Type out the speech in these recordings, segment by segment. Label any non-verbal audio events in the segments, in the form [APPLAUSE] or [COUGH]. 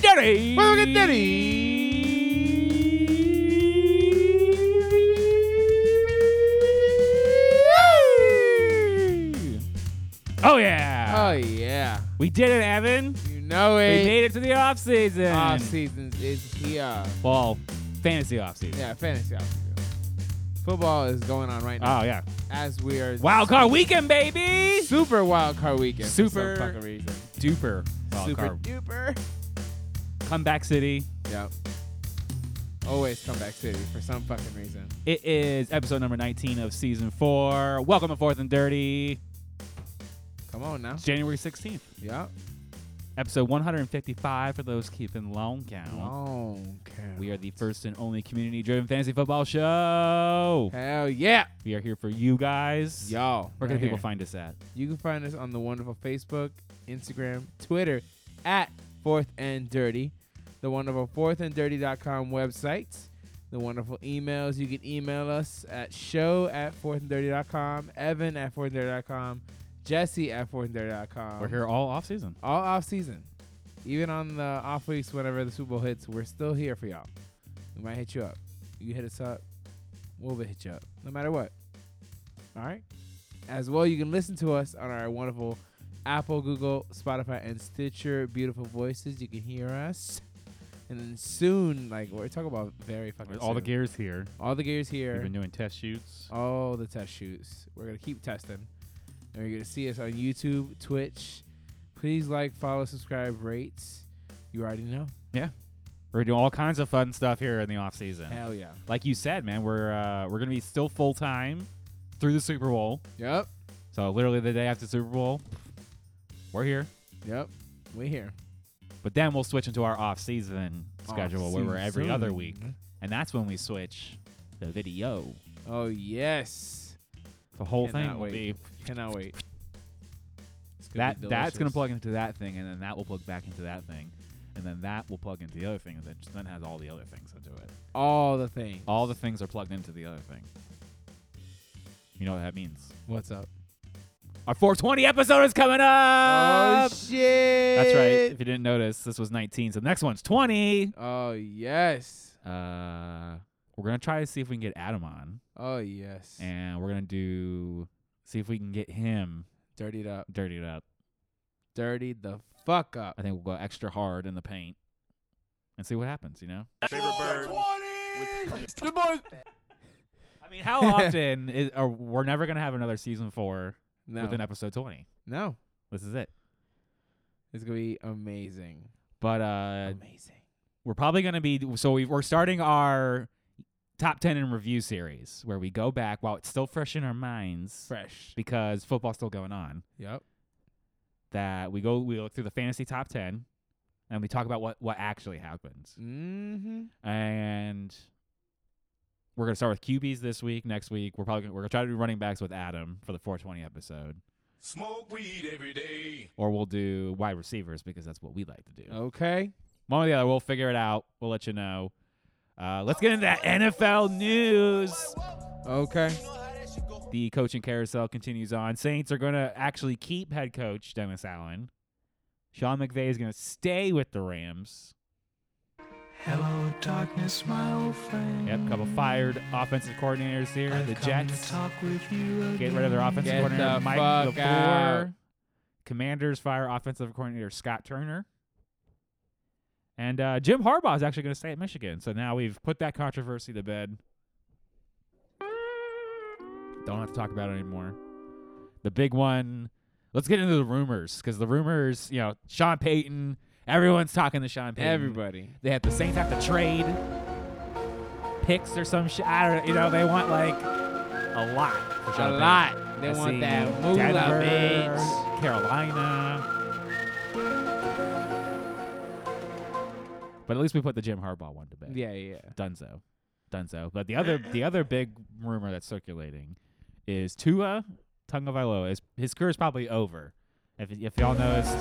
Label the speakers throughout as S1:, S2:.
S1: Daddy.
S2: Boogie
S1: E.
S2: Daddy.
S1: Oh yeah.
S2: Oh yeah,
S1: we did it, Evan.
S2: you know
S1: We
S2: it.
S1: made it to the off season.
S2: Off seasons is here.
S1: Well, fantasy off season.
S2: Yeah, fantasy off season. Football is going on right now
S1: Oh yeah.
S2: as we are
S1: Wild card weekend, baby.
S2: super wild card weekend. for some
S1: Super
S2: fucking reason.
S1: Duper. Wild
S2: super
S1: card.
S2: duper.
S1: Comeback City.
S2: Yep. Always comeback city for some fucking reason.
S1: It is episode number 19 of season four. Welcome to Fourth and Dirty.
S2: Come on now.
S1: It's January 16th.
S2: Yep.
S1: Episode 155 for those keeping long count.
S2: Long count.
S1: We are the first and only community driven fantasy football show.
S2: Hell yeah.
S1: We are here for you guys.
S2: Y'all.
S1: Where can
S2: right
S1: people
S2: here.
S1: find us at?
S2: You can find us on the wonderful Facebook, Instagram, Twitter at Fourth and Dirty, the wonderful fourthanddirty.com website, the wonderful emails. You can email us at show at fourthanddirty.com, Evan at fourthanddirty.com, Jesse at fourthanddirty.com.
S1: We're here all off season.
S2: all off season. Even on the off weeks, whenever the Super Bowl hits, we're still here for y'all. We might hit you up. You hit us up, we'll hit you up, no matter what. All right. As well, you can listen to us on our wonderful Apple, Google, Spotify, and Stitcher beautiful voices. You can hear us. And then soon, like we're talking about very fucking
S1: All the
S2: soon.
S1: gears here.
S2: all the gears here. Uh,
S1: We've been doing test shoots.
S2: all the test shoots. We're gonna keep testing, and you're gonna see us on YouTube, Twitch. Please like, follow, subscribe, rate. You already know.
S1: We're doing all kinds of fun stuff here in the off season.
S2: Hell yeah.
S1: Like you said, man, we're uh, we're gonna be still full time through the Super Bowl.
S2: Yep.
S1: So literally the day after Super Bowl, we're here.
S2: Yep. We here.
S1: But then we'll switch into our off season schedule where we're every other
S2: Off-season.
S1: week. And that's when we switch the video.
S2: Oh yes.
S1: The whole
S2: Cannot
S1: thing will
S2: wait.
S1: be
S2: Cannot wait. It's gonna
S1: that
S2: be
S1: that's gonna
S2: delicious.
S1: plug into that thing and then that will plug back into that thing. And then that will plug into the other thing and then just then has all the other things into it.
S2: all the things.
S1: All the things are plugged into the other thing. You know what that means.
S2: What's up?
S1: Our 420 episode is coming up.
S2: oh shit.
S1: That's right. If you didn't notice, this was 19. So the next one's 20.
S2: Oh yes.
S1: Uh, we're gonna try to see if we can get Adam on,
S2: Oh yes.
S1: and we're gonna do see if we can get him
S2: Dirtied up.
S1: dirtied up.
S2: Dirtied the fuck up.
S1: I think we'll go extra hard in the paint and see what happens. You know.
S3: Favorite bird.
S2: The boys.
S1: I mean, how [LAUGHS] often is? Or we're never gonna have another season four
S2: No.
S1: with an episode 20.
S2: No.
S1: This is it.
S2: It's gonna be amazing.
S1: But
S3: Oh,
S1: uh,
S2: amazing.
S1: we're probably going to be so we we're starting our top 10 in review series where we go back while it's still fresh in our minds
S2: Fresh.
S1: because football's still going on
S2: Yep.
S1: that we go we look through the fantasy top 10 and we talk about what what actually happens
S2: Mm-hmm.
S1: and we're going to start with QBs this week next week we're probably gonna, we're going to try to do running backs with Adam for the 420 episode
S3: Smoke weed every day.
S1: or we'll do wide receivers because that's what we like to do
S2: Oh. Okay.
S1: One or the other. We'll figure it out. We'll let you know. Uh, let's get into that NFL news.
S2: Okay.
S1: The coaching carousel continues on. Saints are going to actually keep head coach Dennis Allen. Sean McVay is going to stay with the Rams.
S4: Hello, darkness, my old friend.
S1: Yep, couple fired offensive coordinators here.
S4: I've
S1: the
S4: come To
S1: Jets
S4: talk with you again.
S1: get rid of their offensive
S2: Get
S1: coordinator
S2: the
S1: Mike
S2: fuck
S1: LaFleur.
S2: out.
S1: Commanders fire offensive coordinator Scott Turner. And uh, Jim Harbaugh is actually going to stay at Michigan. So now we've put that controversy to bed. Don't have to talk about it anymore. The big one. Let's get into the rumors because the rumors, you know, Sean Payton. Everyone's talking to Sean Payton.
S2: Everybody.
S1: They have the Saints have to trade picks or some shit. I don't. You know, they want like a lot. For Sean
S2: A
S1: Payton.
S2: lot. They
S1: I see
S2: want that moolah,
S1: Denver,
S2: bitch.
S1: Carolina. But at least we put the Jim Harbaugh one to bed.
S2: Yeah, yeah.
S1: Dunzo. Dunzo. But the other the other big rumor that's circulating is Tua Tungavailoa. His, his career is probably over. If, if y'all noticed,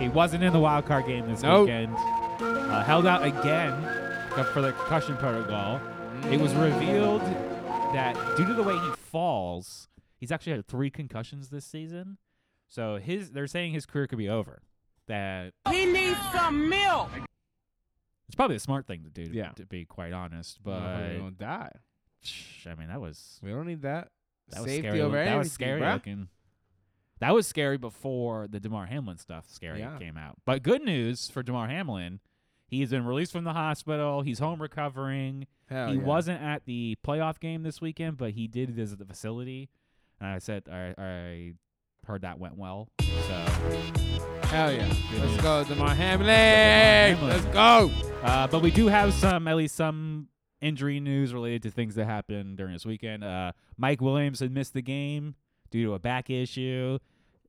S1: he wasn't in the wild card game this
S2: Nope.
S1: weekend. Uh, held out again for the concussion protocol. It
S2: Mm-hmm.
S1: was revealed that due to the way he falls, he's actually had three concussions this season. So his they're saying his career could be over. That
S5: He needs some milk.
S1: It's probably a smart thing to do, to,
S2: Yeah.
S1: to be quite honest. But
S2: Motherfuckers gonna die.
S1: psh, I mean, that was
S2: We don't need that.
S1: that was
S2: Safety
S1: scary.
S2: over
S1: look- that was
S2: everything,
S1: scary
S2: bruh.
S1: looking. That was scary before the Demar Hamlin stuff. Scary
S2: Yeah.
S1: came out. But good news for Demar Hamlin, he's been released from the hospital. He's home recovering.
S2: Hell
S1: he
S2: yeah.
S1: wasn't at the playoff game this weekend, but he did visit the facility. And I said, I, I heard that went well. So,
S2: Hell yeah.
S1: news.
S2: Let's go, Demar
S1: Hamlin.
S2: Hamlin. Let's go.
S1: uh, but we do have some, at least some injury news related to things that happened during this weekend. Uh, Mike Williams had missed the game due to a back issue.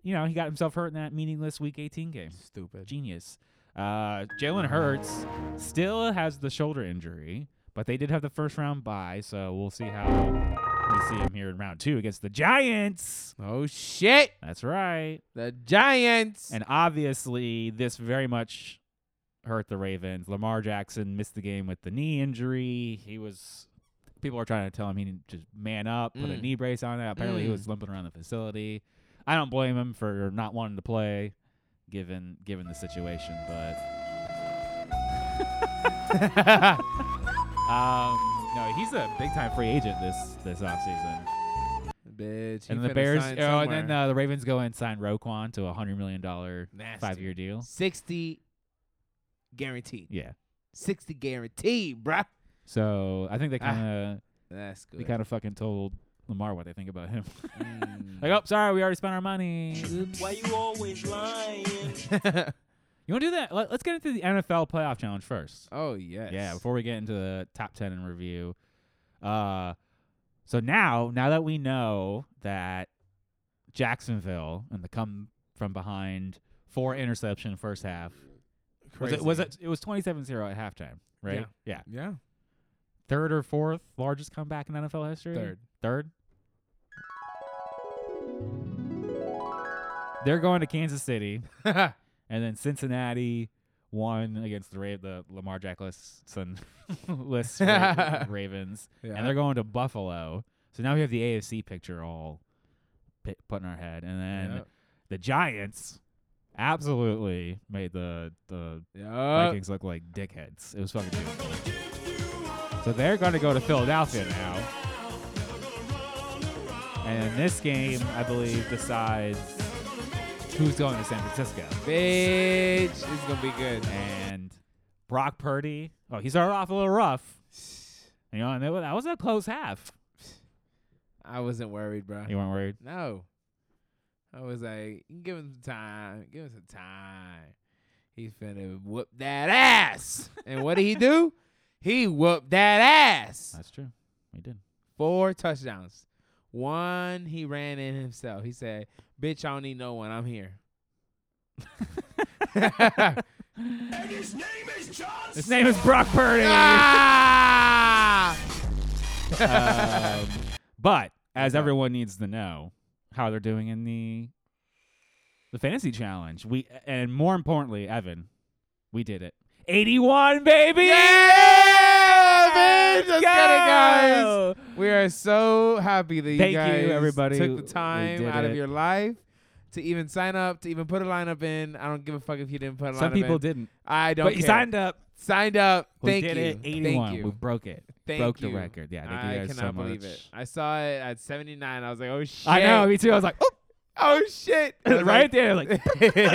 S1: You know, he got himself hurt in that meaningless Week 18 game.
S2: Stupid.
S1: Genius. Uh, Jalen Hurts still has the shoulder injury, but they did have the first round bye, so we'll see how we see him here in round two against the Giants.
S2: Oh shit.
S1: That's right.
S2: The Giants.
S1: And obviously, this very much hurt the Ravens. Lamar Jackson missed the game with the knee injury. He was. People are trying to tell him he needed to just man up, put a
S2: Mm.
S1: knee brace on. That apparently he
S2: Mm.
S1: was limping around the facility. I don't blame him for not wanting to play, given given the situation.
S2: [LAUGHS]
S1: But um, no, he's a big time free agent this this offseason.
S2: Bitch. he
S1: And the
S2: finna
S1: Bears,
S2: sign
S1: oh, and then
S2: somewhere.
S1: uh, the Ravens go and sign Roquan to a hundred million dollar
S2: Nasty.
S1: five year deal.
S2: 60 guaranteed.
S1: Yeah.
S2: 60 guaranteed, bruh.
S1: So I think they
S2: Ah,
S1: kind of
S2: That's good.
S1: they kind of fucking told Lamar what they think about
S2: [LAUGHS]
S1: him.
S2: Mm.
S1: like, oh, sorry, we already spent our money. Oops.
S5: Why you always lying?
S1: oh. You want to do that? Let, us get into the NFL playoff challenge first.
S2: [LAUGHS] oh, yes.
S1: Yeah, before we get into the top ten and review. Uh, so now now that we know that Jacksonville and the come from behind four interception first half was it was it it was 27-0 at halftime, right?
S2: Yeah.
S1: yeah.
S2: Yeah. [LAUGHS]
S1: Third or fourth largest comeback in NFL history?
S2: Third.
S1: Third. They're going to Kansas City, and then Cincinnati won against the Ra- the Lamar Jackson [LAUGHS] list Ra- Ravens, and they're going to Buffalo. So now we have the AFC picture all pi put in our head, and then
S2: Yep.
S1: the Giants absolutely made the the
S2: Yep.
S1: Vikings look like dickheads. It was fucking beautiful. So they're going to go to Philadelphia now. And this game, I believe, decides who's going to San Francisco.
S2: Bitch, it's gonna be good.
S1: And Brock Purdy, oh, he started off a little rough. You know, and that was- that was a close half.
S2: I wasn't worried, bro.
S1: You weren't worried?
S2: No, I was like, give him some time, give him some time. He's finna whoop that ass. and what did he do? He whooped that ass.
S1: That's true. We did.
S2: Four touchdowns. One he ran in himself. He said, "Bitch, I don't need no one.
S1: [LAUGHS]
S2: I'm here."
S3: His name is John
S1: His name is Brock Purdy.
S2: ah!
S1: um, [LAUGHS] but as
S2: Okay.
S1: everyone needs to know, how they're doing in the the fantasy challenge. We and more importantly, Evan, we did it. Eighty-one, baby.
S2: Yeah, bitch, let's get it, guys.
S1: Go!
S2: We are so happy that you
S1: Thank you,
S2: guys
S1: everybody.
S2: took
S1: We
S2: the time
S1: did
S2: out
S1: it.
S2: of your life to even sign up, to even put a lineup in. I don't give a fuck if you didn't put a
S1: Some
S2: lineup
S1: people
S2: in.
S1: didn't,
S2: I don't
S1: but
S2: care.
S1: you signed up.
S2: Signed up.
S1: We
S2: Thank
S1: did
S2: you.
S1: it. Eighty-one.
S2: Thank you.
S1: We broke it.
S2: Thank
S1: broke the
S2: you.
S1: record. Yeah, thank
S2: I
S1: you guys
S2: cannot
S1: so much.
S2: believe it. I saw it at 79. I was like, oh shit.
S1: I know. Me too. I was like, oh,
S2: Oh [LAUGHS] shit. I was
S1: right there, [LAUGHS] like,
S2: [LAUGHS]
S1: I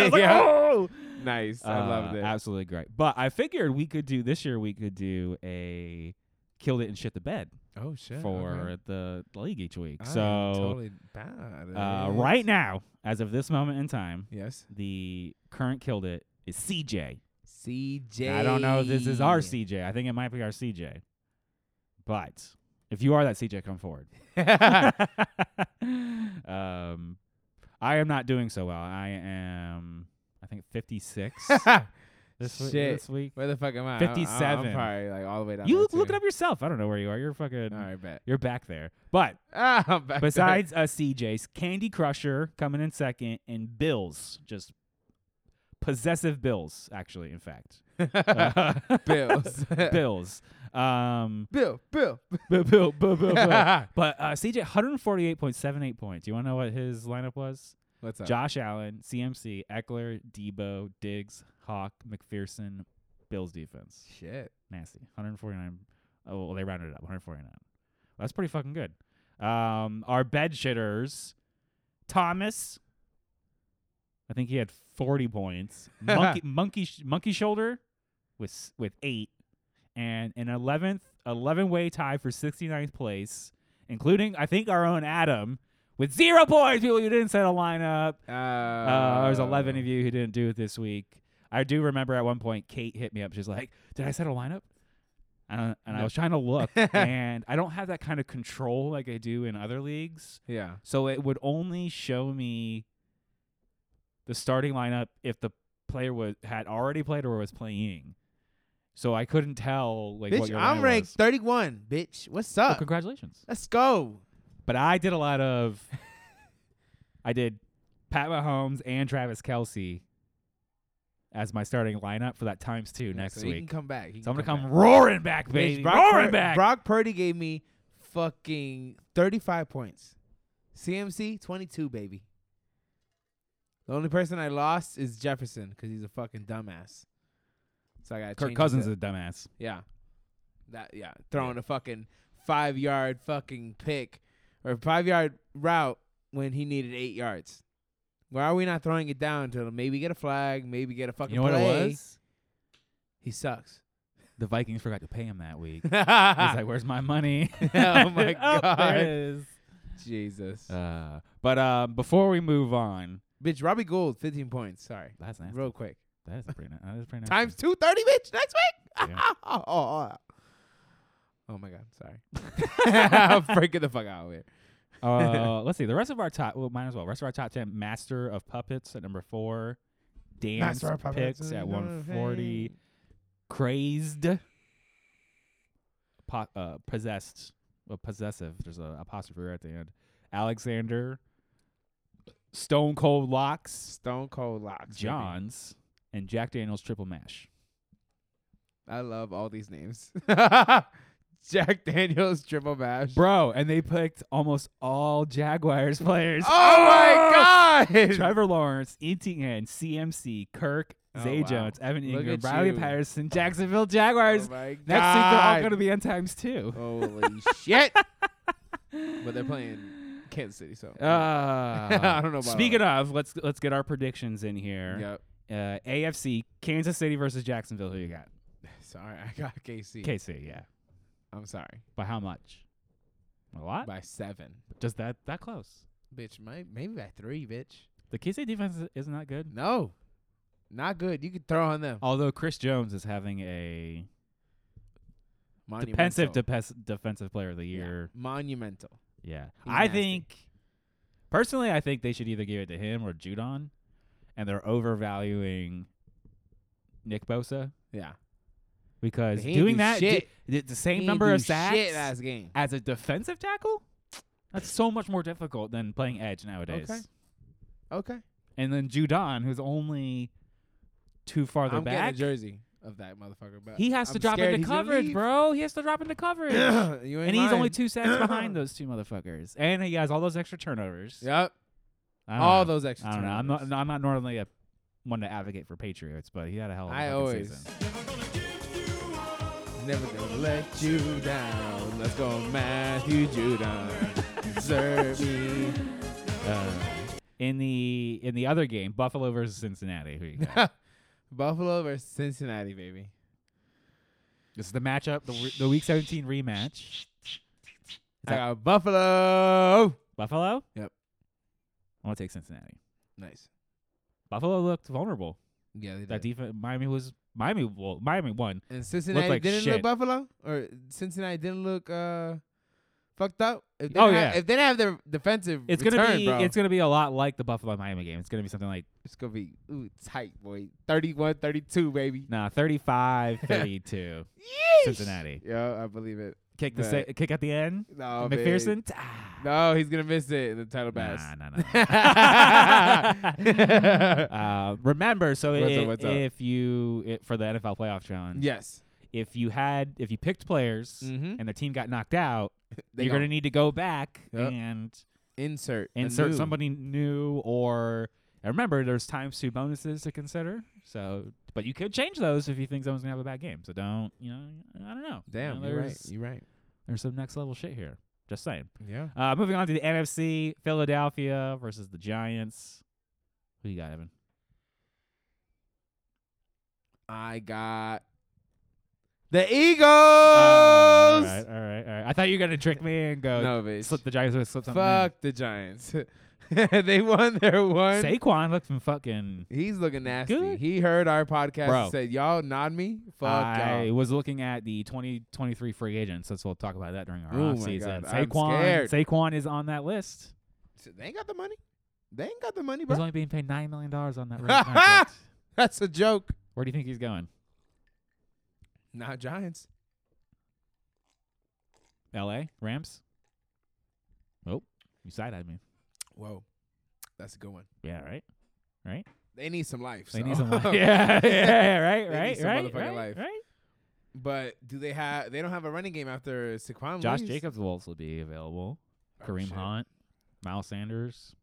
S1: was like,
S2: Yeah.
S1: oh.
S2: Nice. I loved
S1: Uh,
S2: it.
S1: Absolutely great. But I figured we could do this year. We could do a killed it and shit the bed
S2: oh shit.
S1: for
S2: okay.
S1: the league each week.
S2: I am
S1: so
S2: totally bad.
S1: uh,
S2: at it.
S1: right now, as of this moment in time,
S2: Yes.
S1: the current killed it is CJ.
S2: CJ.
S1: Now, I don't know if this is our [LAUGHS] CJ. I think it might be our CJ. But if you are that CJ, come
S2: [LAUGHS]
S1: forward. [LAUGHS] um, I am not doing so well. I am, I think,
S2: [LAUGHS]
S1: 56 this, week,
S2: Shit.
S1: this week.
S2: Where the fuck am I? I- I?
S1: 57.
S2: I'm probably like all the way down.
S1: You
S2: there,
S1: look, look
S2: too.
S1: it up yourself. I don't know where you are. You're fucking,
S2: All right, bet. [LAUGHS]
S1: you're back there. But
S2: Ah, I'm
S1: [LAUGHS]
S2: back there.
S1: Besides us, CJ's Candy Crusher coming in second, and Bills, just possessive Bills, actually. In [LAUGHS] fact, Uh,
S2: Bills.
S1: [LAUGHS] Bills, um,
S2: [LAUGHS] Bill, Bill.
S1: [LAUGHS] Bill, Bill, Bill, Bill, Bill. [LAUGHS] But uh, CJ, 148.78 points. You want to know what his lineup was?
S2: [LAUGHS] What's up?
S1: Josh Allen, CMC, Eckler, Debo, Diggs, Hawk, McPherson, Bills defense.
S2: Shit.
S1: Nasty. 149. Oh, well, they rounded it up. 149. That's pretty fucking good. Um, our bed shitters, Thomas. I think he had 40 points. Monkey, monkey, sh- monkey shoulder, with s- with eight, and an 11th, 11 way tie for 69th place, including I think our own Adam with zero points. People who didn't set a lineup.
S2: Uh,
S1: Uh, there was 11 of you who didn't do it this week. I do remember at one point Kate hit me up. She's like, "Did I set a lineup?" And, I- and I was trying to
S2: [LAUGHS]
S1: look, and I don't have that kind of control like I do in other leagues.
S2: Yeah.
S1: So it would only show me the starting lineup if the player was had already played or was playing. So I couldn't tell like what
S2: bitch,
S1: your
S2: I'm
S1: lineup
S2: ranked
S1: was.
S2: 31. Bitch, what's
S1: Well,
S2: up?
S1: congratulations.
S2: Let's go.
S1: But I did a lot of. [LAUGHS] I did Pat Mahomes and Travis Kelsey as my starting lineup for that times two
S2: Yeah,
S1: next
S2: so He can
S1: week.
S2: come back. He
S1: So I'm
S2: can
S1: gonna come
S2: back.
S1: roaring back,
S2: Bitch,
S1: baby,
S2: Brock,
S1: roaring
S2: Pur-
S1: back.
S2: Brock Purdy gave me fucking 35 points. CMC 22, baby. The only person I lost is Jefferson because he's a fucking dumbass. So I got
S1: Kirk Cousins is a dumbass.
S2: Yeah. That yeah, throwing a fucking five yard fucking pick or five yard route when he needed eight yards. Why are we not throwing it down to maybe get a flag, maybe get a fucking
S1: You know what
S2: play?
S1: it was?
S2: He sucks. [LAUGHS]
S1: The Vikings forgot to pay him that week.
S2: He's
S1: He's like, "Where's my money?"
S2: [LAUGHS]
S1: [LAUGHS]
S2: Oh my
S1: there it
S2: God.
S1: is.
S2: Jesus.
S1: Uh, but um, before we move on,
S2: bitch, Robbie Gould, fifteen points. Sorry.
S1: that's nasty.
S2: Real quick.
S1: That is pretty. na- That is pretty.
S2: Times two thirty, bitch, next week.
S1: Yeah.
S2: oh, oh, oh. [LAUGHS] Oh my god,
S1: [LAUGHS]
S2: sorry. [LAUGHS] I'm freaking the fuck out of here. [LAUGHS]
S1: uh, let's see. The rest of our top, well, might as well. Rest of our top ten: Master of Puppets at number four, Dance
S2: Master of
S1: Picks
S2: Puppets uh, is
S1: at
S2: not a
S1: 140, Crazed, po- uh, Possessed, well, Possessive. There's an apostrophe right at the end. Alexander, Stone Cold Locks,
S2: Stone Cold Locks. baby.
S1: Johns, and Jack Daniels Triple Mash.
S2: I love all these names. [LAUGHS] Jack Daniels, Triple Mash.
S1: Bro, and they picked almost all Jaguars [LAUGHS] players.
S2: oh my god!
S1: Trevor Lawrence, E Etienne, CMC, Kirk,
S2: Oh,
S1: Zay
S2: wow.
S1: Jones, Evan
S2: Look
S1: Ingram,
S2: at
S1: Riley
S2: you.
S1: Patterson, Jacksonville
S2: [LAUGHS] Oh
S1: Jaguars.
S2: my
S1: Next week they're all
S2: God.
S1: going to be end times
S2: [LAUGHS]
S1: too.
S2: Holy
S1: [LAUGHS]
S2: shit! But they're playing Kansas City, so. I don't know about
S1: Uh, Speaking of, let's let's get our predictions in here.
S2: yep.
S1: Uh, AFC Kansas City versus Jacksonville. Who you got?
S2: Sorry, [LAUGHS] I got KC.
S1: KC. Yeah.
S2: I'm sorry.
S1: By how much? A lot.
S2: By seven,
S1: Just that that close.
S2: bitch. My, maybe by three, bitch.
S1: The KC defense is- isn't that good.
S2: No, not good. You could throw on them.
S1: Although Chris Jones is having a
S2: Monumental.
S1: defensive depes- defensive player of the
S2: Yeah.
S1: year.
S2: Monumental.
S1: Yeah.
S2: He's
S1: I
S2: nasty.
S1: think personally I think they should either give it to him or Judon and they're overvaluing Nick Bosa
S2: Yeah.
S1: because
S2: He ain't
S1: doing
S2: do
S1: that di-
S2: shit.
S1: di- the same
S2: He
S1: number
S2: do
S1: of sacks
S2: Shit last game.
S1: as a defensive tackle that's so much more difficult than playing edge nowadays.
S2: Okay. Okay.
S1: And then Judon who's only too farther
S2: I'm getting a
S1: back
S2: jersey of that motherfucker. But
S1: he has to
S2: I'm
S1: drop
S2: scared
S1: into
S2: he's gonna
S1: coverage,
S2: leave.
S1: bro. He has to drop into coverage.
S2: [COUGHS]
S1: and
S2: [CLEARS THROAT] you ain't
S1: he's only
S2: lying.
S1: two sacks
S2: [COUGHS]
S1: behind those two motherfuckers. And he has all those extra turnovers.
S2: Yep.
S1: I don't know.
S2: All those extra.
S1: I don't know. I'm
S2: turnovers.
S1: not. I'm not normally a one to advocate for Patriots, but he had a hell of a
S2: I
S1: fucking [LAUGHS]
S2: always-
S1: season.
S2: Never gonna let you down. Let's go, Matthew Judon. Serve me.
S1: Uh, In the in the other game, Buffalo versus Cincinnati. Who you got?
S2: [LAUGHS] Buffalo versus Cincinnati, baby.
S1: [LAUGHS] this is the matchup, the, re- the Week 17 rematch.
S2: I got Buffalo.
S1: Buffalo.
S2: Yep.
S1: I want to take Cincinnati.
S2: Nice.
S1: Buffalo looked vulnerable.
S2: Yeah, they did.
S1: That defense. Miami was Miami. Well, Miami won.
S2: and Cincinnati
S1: like
S2: didn't
S1: shit.
S2: look Buffalo, or Cincinnati didn't look uh fucked up. If they
S1: Oh,
S2: didn't
S1: yeah.
S2: have, If they didn't have their defensive
S1: It's
S2: return,
S1: gonna be.
S2: bro,
S1: It's gonna be a lot like the Buffalo Miami game. It's gonna be something like
S2: it's gonna be ooh, tight, boy. 31-32, baby.
S1: nah, [LAUGHS] 35, 32.
S2: Yeesh.
S1: Cincinnati.
S2: Yeah, I believe it.
S1: Kick Oh, the
S2: Right.
S1: sa- kick at the end.
S2: No, babe.
S1: McPherson. Ah.
S2: No, he's gonna miss it in the title pass.
S1: Nah, nah, nah. [LAUGHS] uh, remember, so
S2: What's
S1: i-
S2: up, what's up?
S1: if you it, for the NFL playoff challenge,
S2: Yes.
S1: if you had if you picked players
S2: Mhm.
S1: and their team got knocked out,
S2: They
S1: you're
S2: gone.
S1: gonna need to go back
S2: Yep.
S1: and
S2: Insert. a
S1: insert
S2: new.
S1: somebody new or and remember there's times two bonuses to consider. So But you could change those if you think someone's gonna have a bad game. So don't, you know, I don't know. You
S2: Damn,
S1: know,
S2: you're right.
S1: there's-
S2: You're right.
S1: There's some next level shit here. Just saying.
S2: Yeah.
S1: Uh, moving on to the NFC, Philadelphia versus the Giants. Who you got, Evan?
S2: I got the Eagles.
S1: all right, all right, all right. I thought you were gonna trick me and go
S2: no, bitch.
S1: slip the Giants would slip something. in.
S2: Fuck the Giants. [LAUGHS] they won their one.
S1: Saquon looked from fucking.
S2: He's looking nasty.
S1: Good.
S2: He heard our podcast
S1: Bro.
S2: and said, "Y'all nod me, fuck
S1: I
S2: y'all."
S1: was looking at the 2023 free agents, since we'll talk about that during our
S2: Oh
S1: off
S2: my
S1: season.
S2: God, I'm
S1: Saquon,
S2: scared.
S1: Saquon is on that list.
S2: So they ain't got the money. They ain't got the money,
S1: He's
S2: [LAUGHS] bro.
S1: only being paid nine million dollars on that
S2: [LAUGHS]
S1: rookie contract.
S2: That's a joke.
S1: Where do you think he's going?
S2: Not Giants.
S1: L.A. Rams. Nope. You side eyed me.
S2: Whoa, that's a good one.
S1: Yeah, right.
S2: They need some life.
S1: They
S2: so.
S1: [LAUGHS] need some
S2: [LAUGHS]
S1: life. yeah, yeah, right,
S2: They
S1: right,
S2: need some
S1: right,
S2: motherfucking
S1: right,
S2: life.
S1: right.
S2: But do they have? They don't have a running game after Saquon.
S1: Josh
S2: leaves?
S1: Jacobs will also be available.
S2: Oh,
S1: Kareem
S2: shit.
S1: Hunt, Miles Sanders.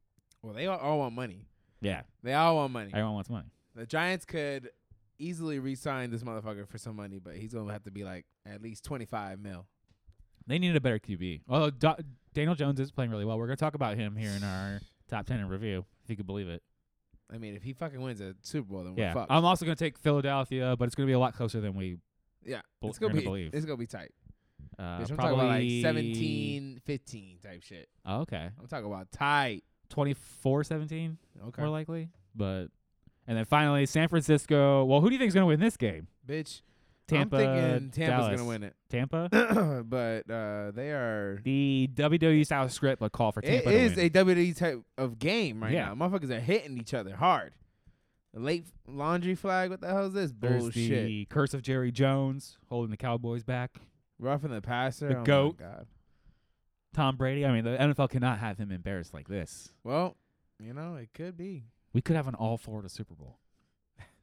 S2: Well, they all, all want money.
S1: Yeah,
S2: They all want money.
S1: everyone wants money.
S2: The Giants could easily re-sign this motherfucker for some money, but he's gonna have to be like at least twenty-five mil.
S1: They need a better QB. Although Da- Daniel Jones is playing really well. We're gonna talk about him here in our top ten in review, if you could believe it.
S2: I mean, if he fucking wins a Super Bowl, then
S1: Yeah,
S2: we're fucked.
S1: I'm also gonna take Philadelphia, but it's gonna be a lot closer than we.
S2: yeah,
S1: bel-
S2: it's gonna
S1: gonna
S2: be
S1: believe.
S2: it's gonna be tight.
S1: Uh,
S2: Bitch,
S1: probably
S2: I'm talking about like 17, 15 type shit.
S1: Oh, okay,
S2: I'm talking about tight.
S1: 24-17
S2: Okay,
S1: more likely. But and then finally San Francisco. Well, who do you think is gonna win this game?
S2: bitch.
S1: Tampa.
S2: I'm thinking Tampa's
S1: Dallas.
S2: gonna win it, [CLEARS THROAT]
S1: Tampa.
S2: but uh, they are.
S1: The WWE style script would call for
S2: It
S1: Tampa. to
S2: is
S1: win.
S2: a WWE type of game right
S1: Yeah.
S2: now. Motherfuckers are hitting each other hard. Late laundry flag. What the hell is this
S1: There's
S2: bullshit?
S1: the curse of Jerry Jones holding the Cowboys back.
S2: Roughing the passer.
S1: The
S2: oh my
S1: goat.
S2: God.
S1: Tom Brady. I mean, the NFL cannot have him embarrassed like this.
S2: Well, you know it could be.
S1: We could have an all Florida Super Bowl.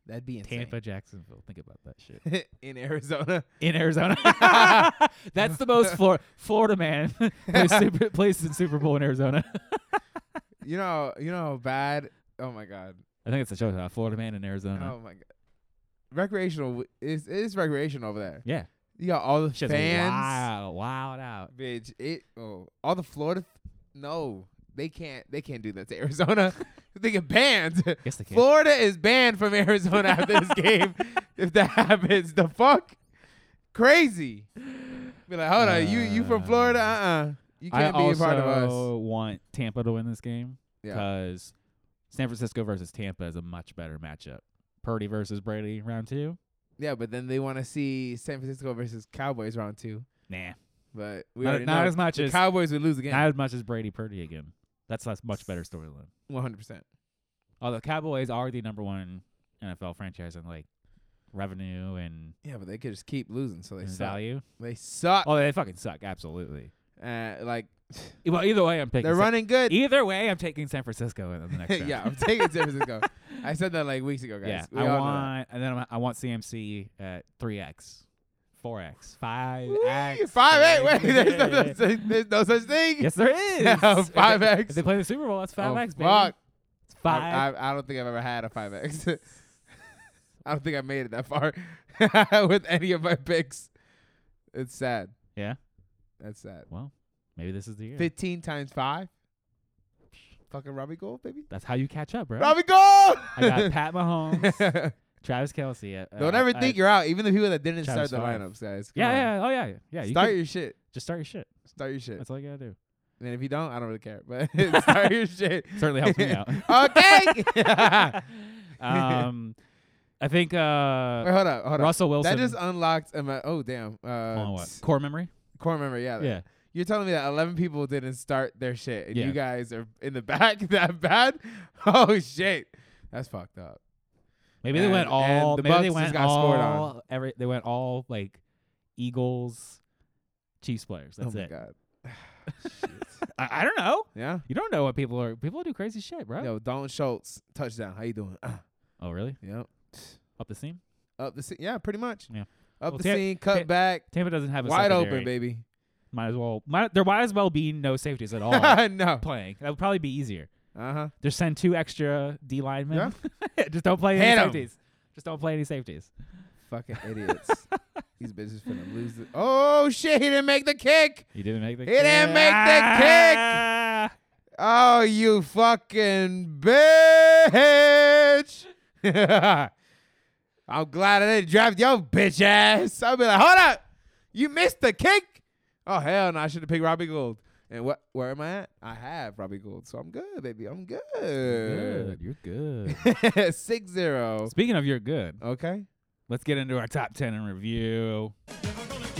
S2: That'd be insane.
S1: Tampa, Jacksonville. Think about that shit.
S2: [LAUGHS] in Arizona.
S1: In
S2: [LAUGHS]
S1: Arizona. [LAUGHS] That's the most Flor- Florida man [LAUGHS] plays, super- plays in Super Bowl in Arizona. [LAUGHS]
S2: You know. You know how bad. Oh my god.
S1: I think it's a show about Florida man in Arizona.
S2: Oh my god. Recreational is is recreational over there.
S1: Yeah.
S2: You got all the
S1: Shit's
S2: Oh, fans,
S1: wild, wild out.
S2: bitch. It oh all the Florida. No, they can't. They can't do that to Arizona. [LAUGHS] they get banned.
S1: Yes, they can.
S2: Florida is banned from [LAUGHS] Arizona after this
S1: [LAUGHS]
S2: game. If that happens, the fuck, crazy. Be like, hold on, you you from Florida? Uh, uh you
S1: I
S2: can't be a part of us.
S1: also want Tampa to win this game
S2: Yeah.
S1: because San Francisco versus Tampa is a much better matchup. Purdy versus Brady round two.
S2: Yeah, but then they want to see San Francisco versus Cowboys round two.
S1: Nah,
S2: But we
S1: not,
S2: already
S1: not
S2: know
S1: as much
S2: the
S1: as
S2: Cowboys would lose
S1: not
S2: again.
S1: as much as Brady Purdy again. That's a much better storyline.
S2: One hundred percent.
S1: Although Cowboys are the number one NFL franchise in like revenue and,
S2: Yeah, but they could just keep losing, so they
S1: and
S2: suck.
S1: value.
S2: They suck.
S1: Oh, they fucking suck. Absolutely. E,
S2: Uh, like
S1: Well, either way, I'm taking.
S2: they're
S1: San-
S2: running [LAUGHS] good.
S1: Either way, I'm taking San Francisco in the next round.
S2: [LAUGHS] yeah, I'm taking
S1: [LAUGHS]
S2: San Francisco. I said that like weeks ago, guys.
S1: yeah.
S2: We
S1: I
S2: all know
S1: want, and then I'm, I want CMC at three x, four x, five
S2: that. Woo,
S1: x,
S2: Five eight. Wait, there's no, no such, there's no such thing.
S1: yes, there
S2: [LAUGHS] Yeah,
S1: is If they-
S2: 5X.
S1: If they play the Super Bowl, that's five x,
S2: Oh,
S1: baby.
S2: fuck.
S1: It's
S2: I-
S1: five.
S2: I, I don't think I've ever had a five X. [LAUGHS] I don't think I made it that far [LAUGHS] with any of my picks. It's sad.
S1: Yeah.
S2: That's sad.
S1: well, maybe this is the year.
S2: Fifteen times five. Fucking Robbie Gold, baby.
S1: That's how you catch up, bro.
S2: Robbie Gold.
S1: I
S2: [LAUGHS]
S1: got Pat Mahomes, Travis Kelsey. At,
S2: Don't ever think you're out. Even the people that didn't
S1: Travis
S2: start the
S1: Five.
S2: lineups, guys. Come
S1: uh, Yeah,
S2: on.
S1: yeah, yeah, oh yeah, yeah. yeah you
S2: Start
S1: could-
S2: your shit.
S1: just start your shit.
S2: Start your shit.
S1: That's all you gotta
S2: [LAUGHS]
S1: do.
S2: And if you don't, I don't really care. But
S1: [LAUGHS]
S2: [LAUGHS] start your shit.
S1: Certainly helps me out.
S2: okay. [LAUGHS]
S1: um, I think
S2: Wait,
S1: uh,
S2: hold up. Hold up.
S1: Russell Wilson.
S2: That just unlocked. Um, uh, oh damn. Uh,
S1: on what?
S2: t-
S1: Core memory.
S2: Core member. Yeah.
S1: Yeah.
S2: You're telling me that 11 people didn't start their shit, and
S1: Yeah.
S2: you guys are in the [LAUGHS] back that bad? Oh shit. That's fucked up.
S1: Maybe they went
S2: And- and
S1: all.
S2: the
S1: maybe
S2: Bucks
S1: they
S2: just
S1: went
S2: got
S1: all.
S2: scored on.
S1: Every they went all like Eagles, Chiefs players. That's
S2: oh my
S1: it.
S2: god.
S1: I, I don't know.
S2: Yeah.
S1: You don't know what people are. People do crazy shit, bro.
S2: Yo, Don Schultz touchdown. How you doing? Uh,
S1: Oh really?
S2: yep.
S1: Up the seam.
S2: Up the scene. Yeah, pretty much.
S1: Yeah.
S2: Up
S1: Well,
S2: the
S1: Tam-
S2: scene. Cut
S1: Ta-
S2: back.
S1: Tampa doesn't have a
S2: Wide
S1: secondary.
S2: open, baby.
S1: Might as well. Might, there might as well be no safeties at
S2: [LAUGHS]
S1: all [LAUGHS]
S2: no.
S1: playing. That would probably be easier.
S2: Uh huh.
S1: [LAUGHS] Just send two extra D linemen. Just don't play
S2: Hit
S1: any
S2: 'em.
S1: safeties. Just Just don't play any safeties. [LAUGHS]
S2: Fucking idiots. These bitches finna lose the. Oh shit! He didn't make the kick.
S1: He didn't make the.
S2: He didn't make the kick! Oh, you fucking bitch! [LAUGHS] I'm glad I didn't draft your bitch ass. I'll be like, hold up, you missed the kick. Oh hell no! I should have picked Robbie Gold. And what? Where am I at? I have Robbie Gold, so I'm good, baby. I'm
S1: Good.
S2: good.
S1: You're
S2: [LAUGHS]
S1: good.
S2: Six zero.
S1: Speaking of you're good,
S2: Okay.
S1: let's get into our top ten and review. Let's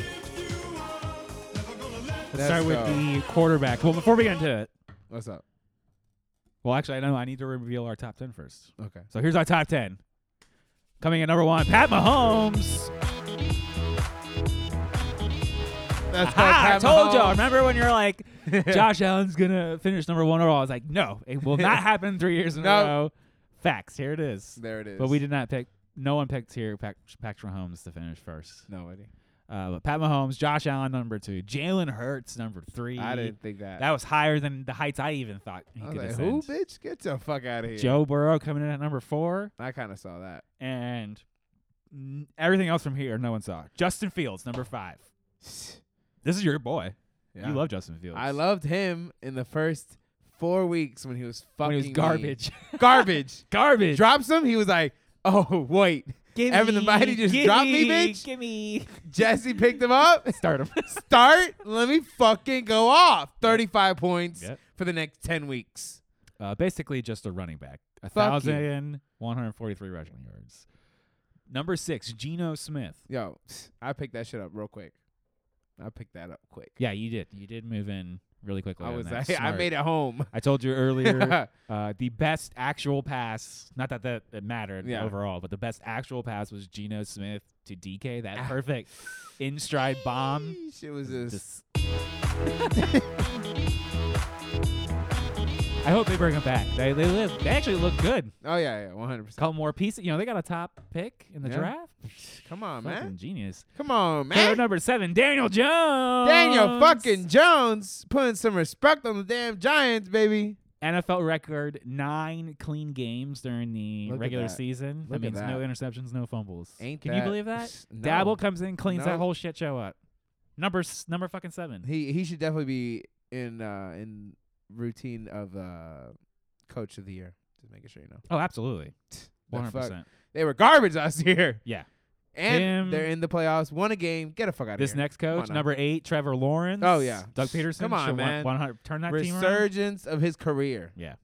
S2: Let's
S1: start with
S2: go.
S1: the quarterback. Well, before we get into it,
S2: What's up?
S1: well, actually, I know I need to reveal our top ten first.
S2: Okay.
S1: So here's our top ten. Coming in number one, Pat Mahomes.
S2: [LAUGHS] That's
S1: Ah, I
S2: called Pat
S1: told y'all.
S2: Mahomes. [LAUGHS]
S1: Remember when you're like, Josh Allen's gonna finish number one overall? I was like, no, it will
S2: [LAUGHS]
S1: not happen three years in
S2: No.
S1: a row. Facts. Here it is.
S2: There it is.
S1: But we did not pick. No one picked here. Pat, Patrick Mahomes to finish first.
S2: Nobody.
S1: Uh, but Pat Mahomes, Josh Allen number two, Jalen Hurts number three.
S2: I didn't think that.
S1: That was higher than the heights I even thought he
S2: I
S1: could
S2: was like,
S1: ascend.
S2: who, bitch? Get the fuck out of here.
S1: Joe Burrow coming in at number four,
S2: I kind of saw that.
S1: and n- everything else from here, no one saw. Justin Fields number five. This is your boy.
S2: Yeah.
S1: You love Justin Fields.
S2: I loved him in the first four weeks when he was fucking
S1: when he was
S2: mean.
S1: garbage.
S2: garbage.
S1: [LAUGHS] garbage.
S2: Drops him. He was like, "Oh wait,
S1: Gimme,
S2: Evan the Mighty just
S1: gimme,
S2: dropped me, bitch?
S1: Gimme.
S2: Jesse picked him up.
S1: [LAUGHS] Start him.
S2: [LAUGHS] Start. Let me fucking go off. Thirty-five points
S1: Yep.
S2: for the next ten weeks.
S1: uh, basically, just a running back. A
S2: Fuck you.
S1: thousand one hundred forty-three rushing yards. Number six, Geno Smith.
S2: Yo, [SNIFFS] I picked that shit up real quick. I picked that up quick.
S1: Yeah, you did. You did move in really quickly.
S2: I
S1: on
S2: was.
S1: that.
S2: [LAUGHS] I, I
S1: Smart.
S2: made it home.
S1: I told you
S2: [LAUGHS]
S1: earlier uh, the best actual pass. Not that that it mattered
S2: Yeah.
S1: overall, but the best actual pass was Geno Smith to DK. That
S2: Ah.
S1: perfect in stride bomb.
S2: Shit was just.
S1: Dis- [LAUGHS] I hope they bring him back. They they live. They actually look good.
S2: Oh yeah, yeah, one hundred percent.
S1: Couple more pieces. You know they got a top pick in the
S2: Yeah.
S1: draft.
S2: Come on,
S1: Fucking
S2: man.
S1: genius.
S2: Come on,
S1: So
S2: man.
S1: number seven, Daniel Jones.
S2: Daniel fucking Jones putting some respect on the damn Giants, baby.
S1: NFL record nine clean games during the
S2: Look at
S1: regular
S2: that.
S1: season.
S2: Look at
S1: that means no
S2: that.
S1: interceptions, no fumbles.
S2: Ain't
S1: Can
S2: that-
S1: you believe that?
S2: No.
S1: Dabble comes in, cleans
S2: No.
S1: that whole shit show up. Number s- number fucking seven.
S2: He he should definitely be in uh in routine of uh coach of the year. Just making sure you know.
S1: Oh, absolutely,
S2: The
S1: one hundred
S2: fuck?
S1: percent.
S2: They were garbage last [LAUGHS] year.
S1: Yeah.
S2: And
S1: Him-
S2: they're in the playoffs, won a game. Get a fuck out of
S1: This
S2: here.
S1: next coach,
S2: now.
S1: number eight, Trevor Lawrence.
S2: Oh, yeah.
S1: Doug Peterson.
S2: Come on,
S1: should
S2: man.
S1: One hundred. Turn that team around.
S2: Resurgence of his career.
S1: Yeah.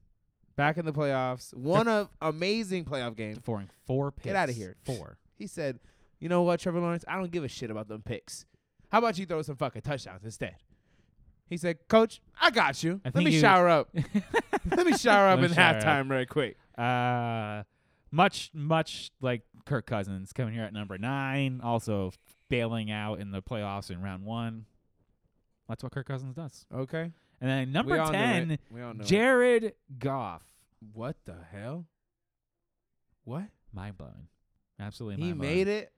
S2: Back in the playoffs. Won a amazing playoff game.
S1: Four four picks.
S2: Get outta here.
S1: Four.
S2: He said, You know what, Trevor Lawrence? I don't give a shit about them picks. How about you throw some fucking touchdowns instead? He said, Coach, I got you.
S1: I
S2: Let
S1: think
S2: me
S1: you- [LAUGHS]
S2: shower up. Let me shower up
S1: Let
S2: in
S1: me shower up.
S2: halftime right quick.
S1: Uh, much much like Kirk Cousins coming here at number nine, also bailing out in the playoffs in round one. That's what Kirk Cousins does.
S2: Okay.
S1: And then
S2: We
S1: number
S2: all knew it.
S1: ten,
S2: We all know it.
S1: Jared Goff.
S2: What the hell? What?
S1: Mind blowing. Absolutely.
S2: He
S1: mind-blowing.
S2: made it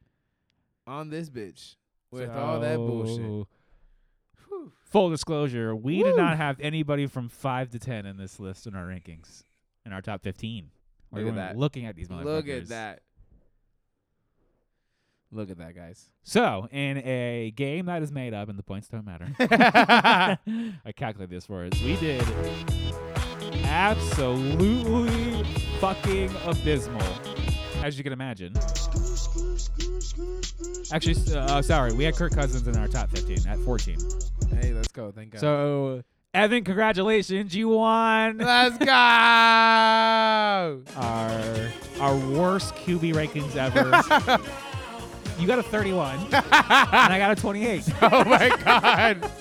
S2: on this bitch with all that bullshit.
S1: So, Full disclosure, we
S2: Woo.
S1: did not have anybody from five to ten in this list in our rankings, in our top fifteen. We
S2: Look at
S1: weren't
S2: that.
S1: Looking at these motherfuckers.
S2: Look at that. Look at that, guys.
S1: So, in a game that is made up and the points don't matter, [LAUGHS] I calculated this for us. We did absolutely fucking abysmal, as you can imagine. Actually, s- uh, sorry, we had Kirk Cousins in our top 15 at 14.
S2: Hey, let's go. Thank God.
S1: So, Evan, congratulations, you won
S2: let's
S1: [LAUGHS]
S2: go.
S1: our our worst QB rankings ever. you got a 31, and I got a 28.
S2: [LAUGHS] Oh my God.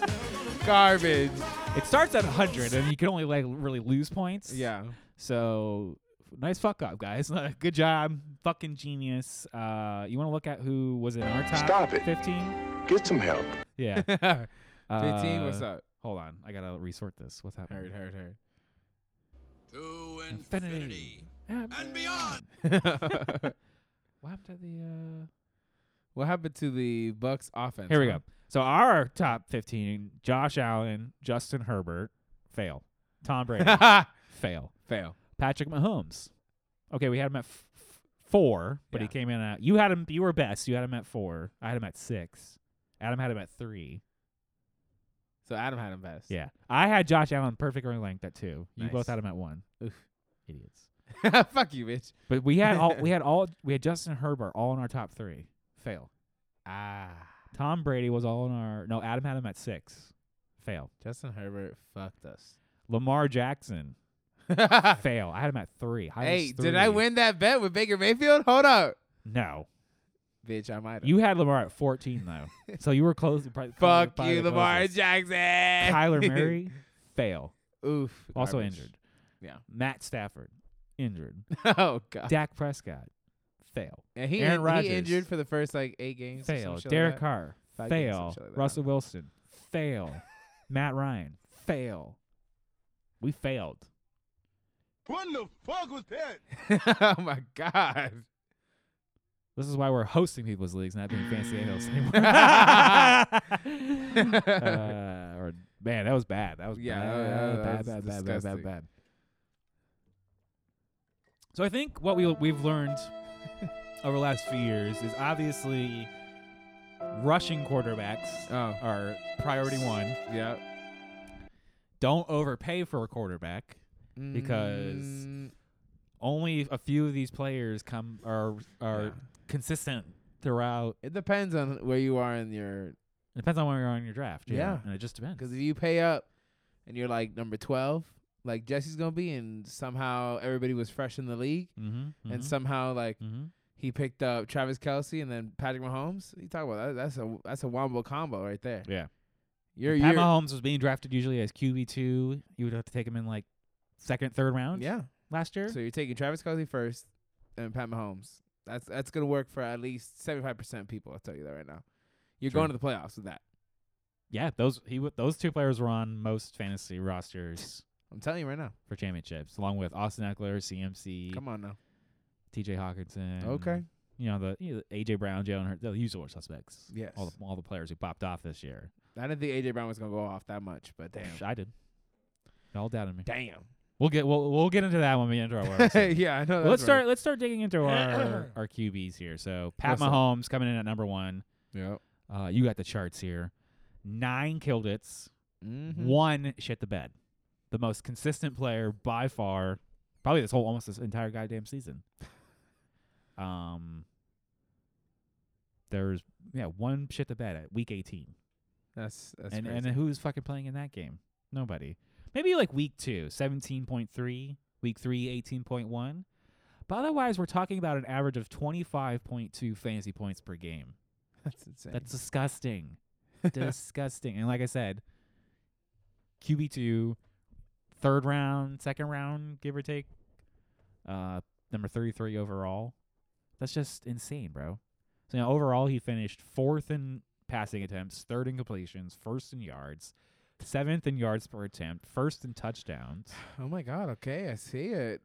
S2: Garbage.
S1: It starts at 100, and you can only like really lose points.
S2: Yeah. [LAUGHS]
S1: So nice fuck up, guys. [LAUGHS] Good job, fucking genius. Uh, you want to look at who was in our top?
S3: Stop
S2: [LAUGHS]
S3: it.
S1: 15.
S3: Get some help.
S1: Yeah.
S2: 15,
S1: Uh,
S2: what's up?
S1: Hold on, I gotta resort this. What's happening?
S2: Heard, heard, heard.
S3: To
S1: Infinity.
S3: and beyond.
S2: [LAUGHS]
S1: What happened to the?
S2: uh, what happened to the Bucks offense?
S1: Uh... Here we
S2: huh?
S1: go. So our top 15: Josh Allen, Justin Herbert, fail.
S2: [LAUGHS]
S1: Tom Brady, fail.
S2: Fail.
S1: Patrick Mahomes. Okay, we had him at f- f- four, but he
S2: Yeah.
S1: came in at you had him. You were best. You had him at four. I had him at six. Adam had him at three.
S2: So Adam had him best.
S1: Yeah, I had Josh Allen perfect ring length at two. You
S2: Nice.
S1: both had him at one.
S2: Oof.
S1: Idiots.
S2: [LAUGHS] Fuck you, bitch.
S1: But we had all
S2: [LAUGHS]
S1: we had all we had Justin Herbert all in our top three. Fail.
S2: Ah.
S1: Tom Brady was all in our no. Adam had him at six. Fail.
S2: Justin Herbert fucked us.
S1: [LAUGHS] Lamar Jackson. Fail. I had him at three. Highest
S2: hey, did I
S1: three.
S2: win that bet with Baker Mayfield? Hold up.
S1: No.
S2: Bitch, I might have.
S1: You had Lamar at 14,
S2: [LAUGHS]
S1: though. so you were close. probably-
S2: Fuck
S1: probably
S2: you,
S1: the
S2: Lamar [LAUGHS]
S1: closest.
S2: Jackson.
S1: Kyler Murray, fail.
S2: Oof.
S1: Also
S2: garbage.
S1: injured.
S2: Yeah.
S1: Matt Stafford, injured.
S2: [LAUGHS] oh god.
S1: Dak Prescott, fail.
S2: And he,
S1: Aaron
S2: in-
S1: Rodgers.
S2: he injured for the first like eight games. or some
S1: Fail.
S2: shit like
S1: Derek
S2: that.
S1: Carr,
S2: Five games, some
S1: fail.
S2: shit like that.
S1: Russell Wilson, fail. Matt Ryan, fail. We failed.
S3: What in the fuck was that?
S2: [LAUGHS] oh my god.
S1: This is why we're hosting people's leagues, not doing fancy
S2: [LAUGHS]
S1: hills anymore. [LAUGHS] uh, or man, that was bad. That was
S2: Yeah,
S1: bad,
S2: that-
S1: bad,
S2: that's
S1: bad, bad, bad, bad,
S2: disgusting.
S1: bad. So I think what we we've learned over the last few years is obviously rushing quarterbacks
S2: [LAUGHS] Oh
S1: are priority one.
S2: yeah.
S1: Don't overpay for a quarterback. Because-
S2: Mm,
S1: Only a few of these players come are are
S2: Yeah.
S1: consistent throughout.
S2: it depends on where you are in your.
S1: It depends on where you're on your draft.
S2: Yeah.
S1: and it just depends.
S2: Because if you pay up, and you're like number twelve, like Jesse's gonna be, and somehow everybody was fresh in the league,
S1: mm-hmm,
S2: and somehow like
S1: mm-hmm.
S2: he picked up Travis Kelsey and then Patrick Mahomes. You talk about that? That's a that's a wombo combo right there.
S1: Yeah.
S2: You're
S1: Pat
S2: you're
S1: Mahomes was being drafted usually as QB two. You would have to take him in like second, third round.
S2: yeah.
S1: last year.
S2: So you're taking Travis Kelsey first, and Pat Mahomes. That's that's gonna work for at least seventy five percent of people. I'll tell you that right now. You're
S1: Sure.
S2: going to the playoffs with that.
S1: yeah, those he w- those two players were on most fantasy rosters
S2: I'm telling you right now.
S1: for championships, along with Austin Eckler, CMC,
S2: Come on now.
S1: T.J. Hawkinson.
S2: Okay.
S1: you know the you know, A.J. Brown, Jalen Hurts, the usual suspects.
S2: Yes.
S1: all the all the players who popped off this year.
S2: I didn't think AJ Brown was gonna go off that much, but damn.
S1: I did. It all doubted me.
S2: Damn.
S1: We'll get we'll we'll get into that when we
S2: [LAUGHS]
S1: enter our. wide receiver.
S2: [LAUGHS] yeah, I know.
S1: Well, let's
S2: that's right.
S1: start. Let's start digging into
S2: [CLEARS THROAT]
S1: our our QBs here. So Pat
S2: What's up?
S1: Mahomes coming in at number one.
S2: Yep.
S1: Uh, you got the charts here. Nine killed it's.
S2: Mm-hmm.
S1: one shit the bed. The most consistent player by far, probably this whole almost this entire goddamn season. Um, there's yeah one shit the bed at week 18,
S2: That's that's
S1: and
S2: crazy.
S1: and who's fucking playing in that game? Nobody. Maybe like week two, 17.3, week three, 18.1. But otherwise, we're talking about an average of 25.2 fantasy points per game.
S2: that's insane.
S1: That's disgusting. disgusting. And like I said, QB two, third round, second round, give or take, uh, number thirty three overall. That's just insane, bro. So you know, overall, he finished fourth in passing attempts, third in completions, first in yards, seventh in yards per attempt, first in touchdowns.
S2: [LAUGHS] oh my god. Okay, I see it.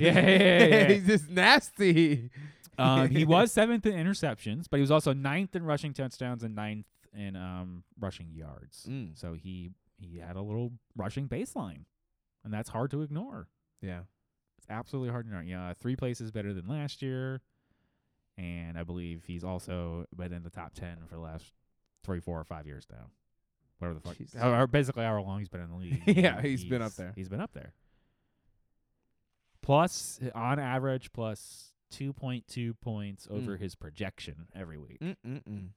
S1: yeah, yeah.
S2: He's just nasty.
S1: Um, he was seventh in interceptions, but he was also ninth in rushing touchdowns and ninth in um, rushing yards.
S2: Mm.
S1: So he he had a little rushing baseline, and that's hard to ignore.
S2: Yeah.
S1: It's absolutely hard to ignore. Yeah, three places better than last year, and I believe he's also been in the top ten for the last three, four, or five years now. Whatever the fuck,
S2: Jesus.
S1: however, basically however long he's been in the
S2: [LAUGHS]
S1: league.
S2: Yeah, he's been up there.
S1: He's been up there. Plus, on average, plus two point two points over
S2: Mm.
S1: his projection every week.
S2: Mm-mm-mm.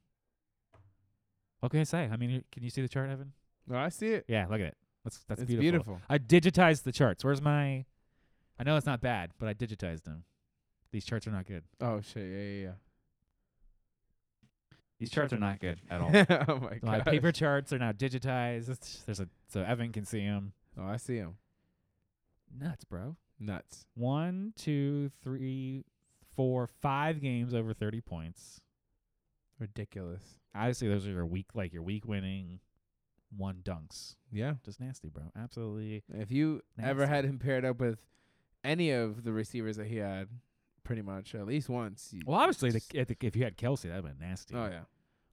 S1: What can I say? I mean, can you see the chart, Evan?
S2: No, I see it.
S1: Yeah, look at it. That's that's
S2: it's
S1: beautiful.
S2: beautiful.
S1: I digitized the charts. Where's my? I know it's not bad, but I digitized them. These charts are not good.
S2: Oh shit! Yeah,
S1: These charts are not good
S2: [LAUGHS]
S1: at all.
S2: yeah, yeah. oh my
S1: [LAUGHS]
S2: god!
S1: my paper charts are now digitized. It's- There's a so Evan can see them.
S2: Oh, I see him.
S1: Nuts, bro.
S2: Nuts.
S1: One, two, three, four, five games over thirty points.
S2: Ridiculous.
S1: Obviously, those are your week like your week winning, one dunks.
S2: Yeah.
S1: Just nasty, bro. Absolutely.
S2: If you ever
S1: Nasty.
S2: had him paired up with any of the receivers that he had, pretty much at least once. You,
S1: Well, obviously, the, if, the, if you had Kelsey, that'd been nasty.
S2: oh yeah,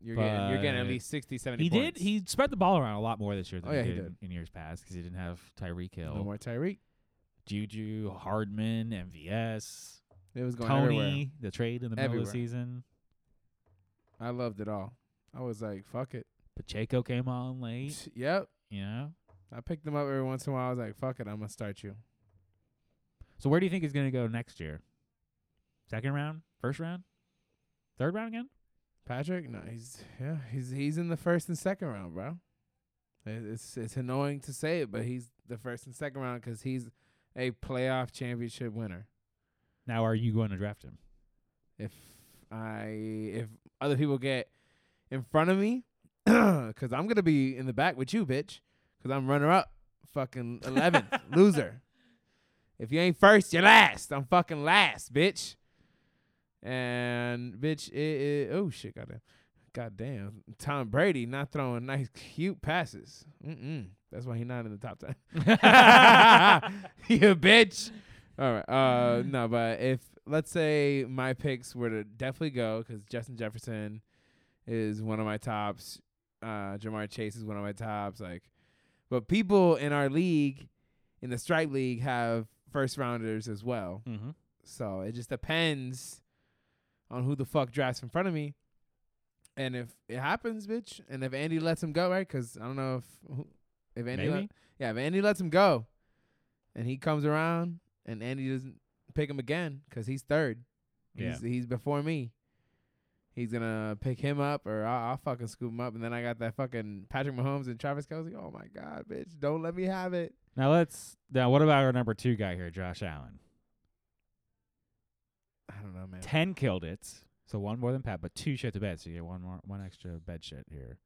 S2: you're getting you're getting at
S1: But-
S2: least 60, 70
S1: He did.
S2: points.
S1: He spread the ball around a lot more this year than
S2: Oh, yeah,
S1: he,
S2: he
S1: did
S2: did.
S1: in years past because he didn't have Tyreek Hill,
S2: no more Tyreek.
S1: Juju, Hardman, MVS,
S2: It was going
S1: Tony,
S2: everywhere.
S1: the trade in the middle of
S2: Everywhere.
S1: the season.
S2: I loved it all. I was like, fuck it.
S1: Pacheco came on late.
S2: Yep.
S1: You know.
S2: I picked them up every once in a while. I was like, fuck it, I'm gonna start you.
S1: So where do you think he's gonna go next year? Second round, first round, third round again?
S2: Patrick? No, he's yeah, he's he's in the first and second round, bro. It- It's it's annoying to say it, but he's the first and second round 'cause he's a playoff championship winner.
S1: Now are you going to draft him?
S2: If I if other people get in front of me, [CLEARS THROAT] 'cause I'm gonna be in the back with you, bitch, 'cause I'm runner up, fucking eleventh loser. If you ain't first, you're last. I'm fucking last, bitch. And bitch, it, it, oh shit, goddamn, goddamn. Tom Brady not throwing nice, cute passes. Mm-mm. That's why he not in the top ten. [LAUGHS] you bitch. All right. Uh, no, but if let's say my picks were to definitely go because Justin Jefferson is one of my tops. Uh, Jamar Chase is one of my tops. Like, but people in our league, in the stripe league, have first rounders as well.
S1: Mm-hmm.
S2: So it just depends on who the fuck drafts in front of me. And if it happens, bitch, and if Andy lets him go, right? 'Cause I don't know if who- if Andy, let-
S1: Maybe.
S2: yeah, if Andy lets him go, and he comes around, and Andy doesn't pick him again 'cause he's third.
S1: Yeah.
S2: He's, he's before me. He's gonna pick him up, or I'll, I'll fucking scoop him up, and then I got that fucking Patrick Mahomes and Travis Kelsey. Oh my god, bitch! Don't let me have it.
S1: Now let's. Now what about our number two guy here, Josh Allen?
S2: I don't know, man.
S1: Ten killed it, so one more than Pat, but two shit to bed. So you get one more, one extra bed shit here.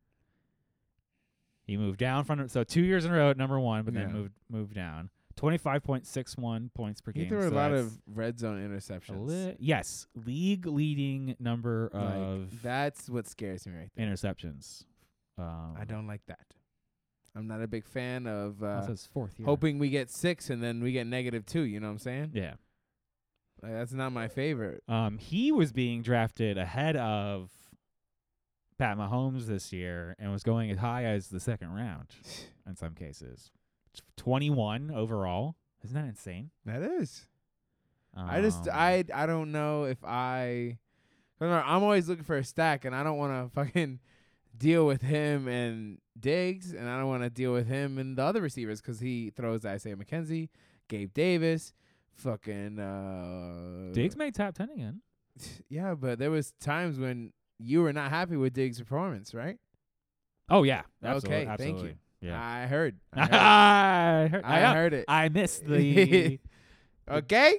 S1: He moved down from so two years in a row at number one, but then
S2: Yeah.
S1: moved moved down. Twenty five point six one points per
S2: He
S1: game.
S2: threw a
S1: so
S2: lot
S1: that's
S2: of red zone
S1: a
S2: interceptions.
S1: li- yes, league leading number
S2: Like,
S1: of
S2: that's what scares me right there.
S1: interceptions. Um,
S2: I don't like that. I'm not a big fan of
S1: That's
S2: uh,
S1: his fourth year.
S2: hoping we get six and then we get negative two. You know what I'm saying?
S1: Yeah.
S2: Like, that's not my favorite. [SIGHS]
S1: Um, he was being drafted ahead of Pat Mahomes this year and was going as high as the second round in some cases. 21 overall. Isn't that insane?
S2: That is. I just
S1: Um.
S2: I I don't know if I. 'cause remember, I'm always looking for a stack, and I don't want to fucking deal with him and Diggs, and I don't want to deal with him and the other receivers 'cause he throws Isaiah McKenzie, Gabe Davis, fucking uh,
S1: Diggs made top 10 again.
S2: Yeah, but there was times when you were not happy with Diggs' performance, right?
S1: Oh, yeah.
S2: Okay,
S1: Absolutely.
S2: thank you.
S1: absolutely. Yeah. [LAUGHS]
S2: I heard. I heard,
S1: I heard,
S2: I heard it.
S1: I missed
S2: [LAUGHS]
S1: the.
S2: okay?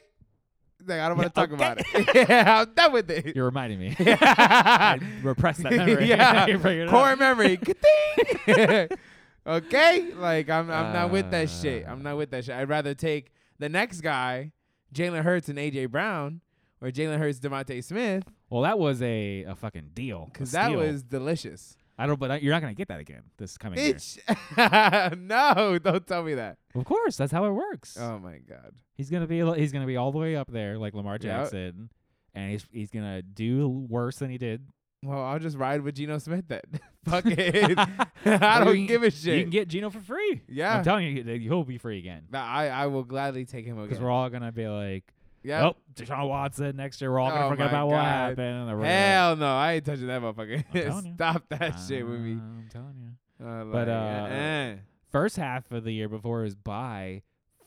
S2: Like, I don't want to
S1: Yeah,
S2: talk about it. [LAUGHS] yeah, I'm done with [LAUGHS] it.
S1: You're [LAUGHS] reminding me. I
S2: yeah.
S1: repressed that
S2: [LAUGHS]
S1: memory. [LAUGHS] You bring it up.
S2: Core memory. [LAUGHS] Ka-ting! [LAUGHS] okay? Like, I'm, I'm not with that shit. I'm not with that shit. I'd rather take the next guy, Jalen Hurts and A.J. Brown, or Jalen Hurts, Devontae Smith,
S1: Well, that was a, a fucking deal. a
S2: because that
S1: steal.
S2: was delicious.
S1: I don't. But I, you're not gonna get that again this coming year.
S2: Bitch. [LAUGHS] no, don't tell me that.
S1: Of course, that's how it works.
S2: Oh my god.
S1: He's gonna be he's gonna be all the way up there like Lamar
S2: Yeah.
S1: Jackson, and he's he's gonna do worse than he
S2: [LAUGHS]
S1: did. [LAUGHS]
S2: Well, I'll just ride with Geno Smith then. [LAUGHS]
S1: [LAUGHS]
S2: Fuck it. I
S1: Or
S2: don't
S1: you-
S2: give a
S1: You
S2: shit.
S1: can get Gino for free.
S2: Yeah.
S1: I'm telling you, that he'll be free again
S2: Nah, I I will gladly take him
S1: because
S2: again.
S1: we're all gonna be like,
S2: yeah.
S1: oh, Deshaun Watson next year. We're all gonna
S2: Oh
S1: forget
S2: my
S1: about what
S2: God.
S1: happened. and we're gonna-
S2: Hell no, I ain't touching that
S1: I'm
S2: [LAUGHS]
S1: telling you.
S2: motherfucker. Stop that shit with me.
S1: "Um, I'm telling you.
S2: Uh,
S1: but,
S2: like,
S1: uh,
S2: uh-uh.
S1: First half of the year before his bye,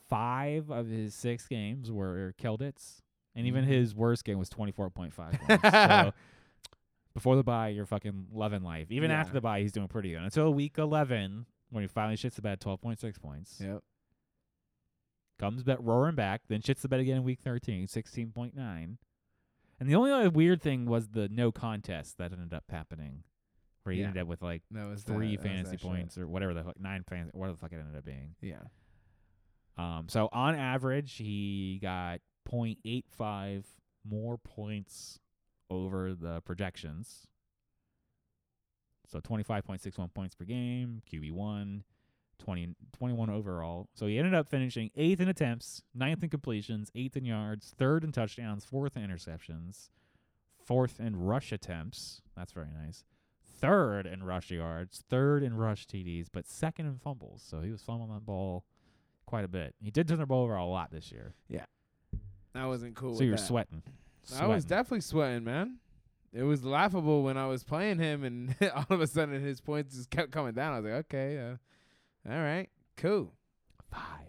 S1: five of his six games were Keldits, and even
S2: Mm-hmm.
S1: his worst game was 24.5
S2: [LAUGHS]
S1: points. so before the bye, you're fucking loving life. Even
S2: Yeah.
S1: after the bye, he's doing pretty good. Until week 11, when he finally shits the bed 12.6 points.
S2: Yep.
S1: Comes bet roaring back, then shits the bed again in week 13, 16.9. And the only other weird thing was the no contest that ended up happening, where he
S2: Yeah.
S1: ended up with like
S2: That was that-
S1: three
S2: that was
S1: fantasy
S2: that shit.
S1: points or whatever the fuck, nine fantasy, whatever the fuck it ended up being.
S2: Yeah.
S1: Um, so on average, he got 0.85 more points over the projections. So 25.61 points per game, QB1, 20, 21 overall. So he ended up finishing eighth in attempts, ninth in completions, eighth in yards, third in touchdowns, fourth in interceptions, fourth in rush attempts. That's very nice. Third in rush yards, third in rush TDs, but second in fumbles. So he was fumbling that ball quite a bit. He did turn the ball over a lot this year.
S2: Yeah. I wasn't cool.
S1: So
S2: with
S1: you're
S2: that.
S1: sweating.
S2: I was
S1: Sweating.
S2: definitely sweating, man. It was laughable when I was playing him, and [LAUGHS] all of a sudden his points just kept coming down. I was like, okay, uh, all right, cool.
S1: five,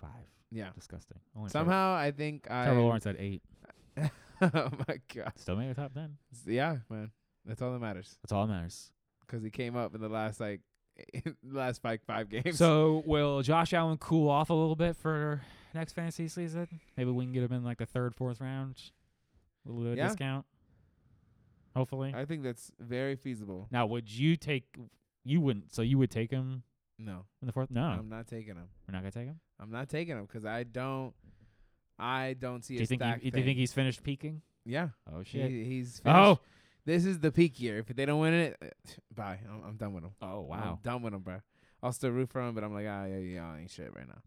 S1: five.
S2: Yeah.
S1: Disgusting. Only Trevor-
S2: Somehow I think I.
S1: uh, Trevor Lawrence had eight.
S2: [LAUGHS] oh my god.
S1: Still made the top ten.
S2: Yeah, man. That's all that matters.
S1: That's all that matters.
S2: 'Cause he came up in the last like [LAUGHS] last like five games.
S1: So will Josh Allen cool off a little bit for next fantasy season? Maybe we can get him in like the third, fourth round. A little bit of
S2: Yeah.
S1: discount. Hopefully.
S2: [LAUGHS] I think that's very feasible.
S1: now would you take you wouldn't so you would take him
S2: No,
S1: in the fourth? No.
S2: I'm not taking him.
S1: we're not gonna take him.
S2: I'm not taking him 'cause I don't. I don't see
S1: Do
S2: a
S1: you think
S2: stack
S1: he, do
S2: thing.
S1: you think he's finished peaking?
S2: yeah,
S1: Oh shit.
S2: he, he's. Finished.
S1: oh
S2: this is the peak year. If they don't win it, eh, bye. I'm, I'm done with them.
S1: Oh
S2: I'm done with them, bro. I'll still root for them, but I'm like, ah, yeah, yeah, I ain't shit right now.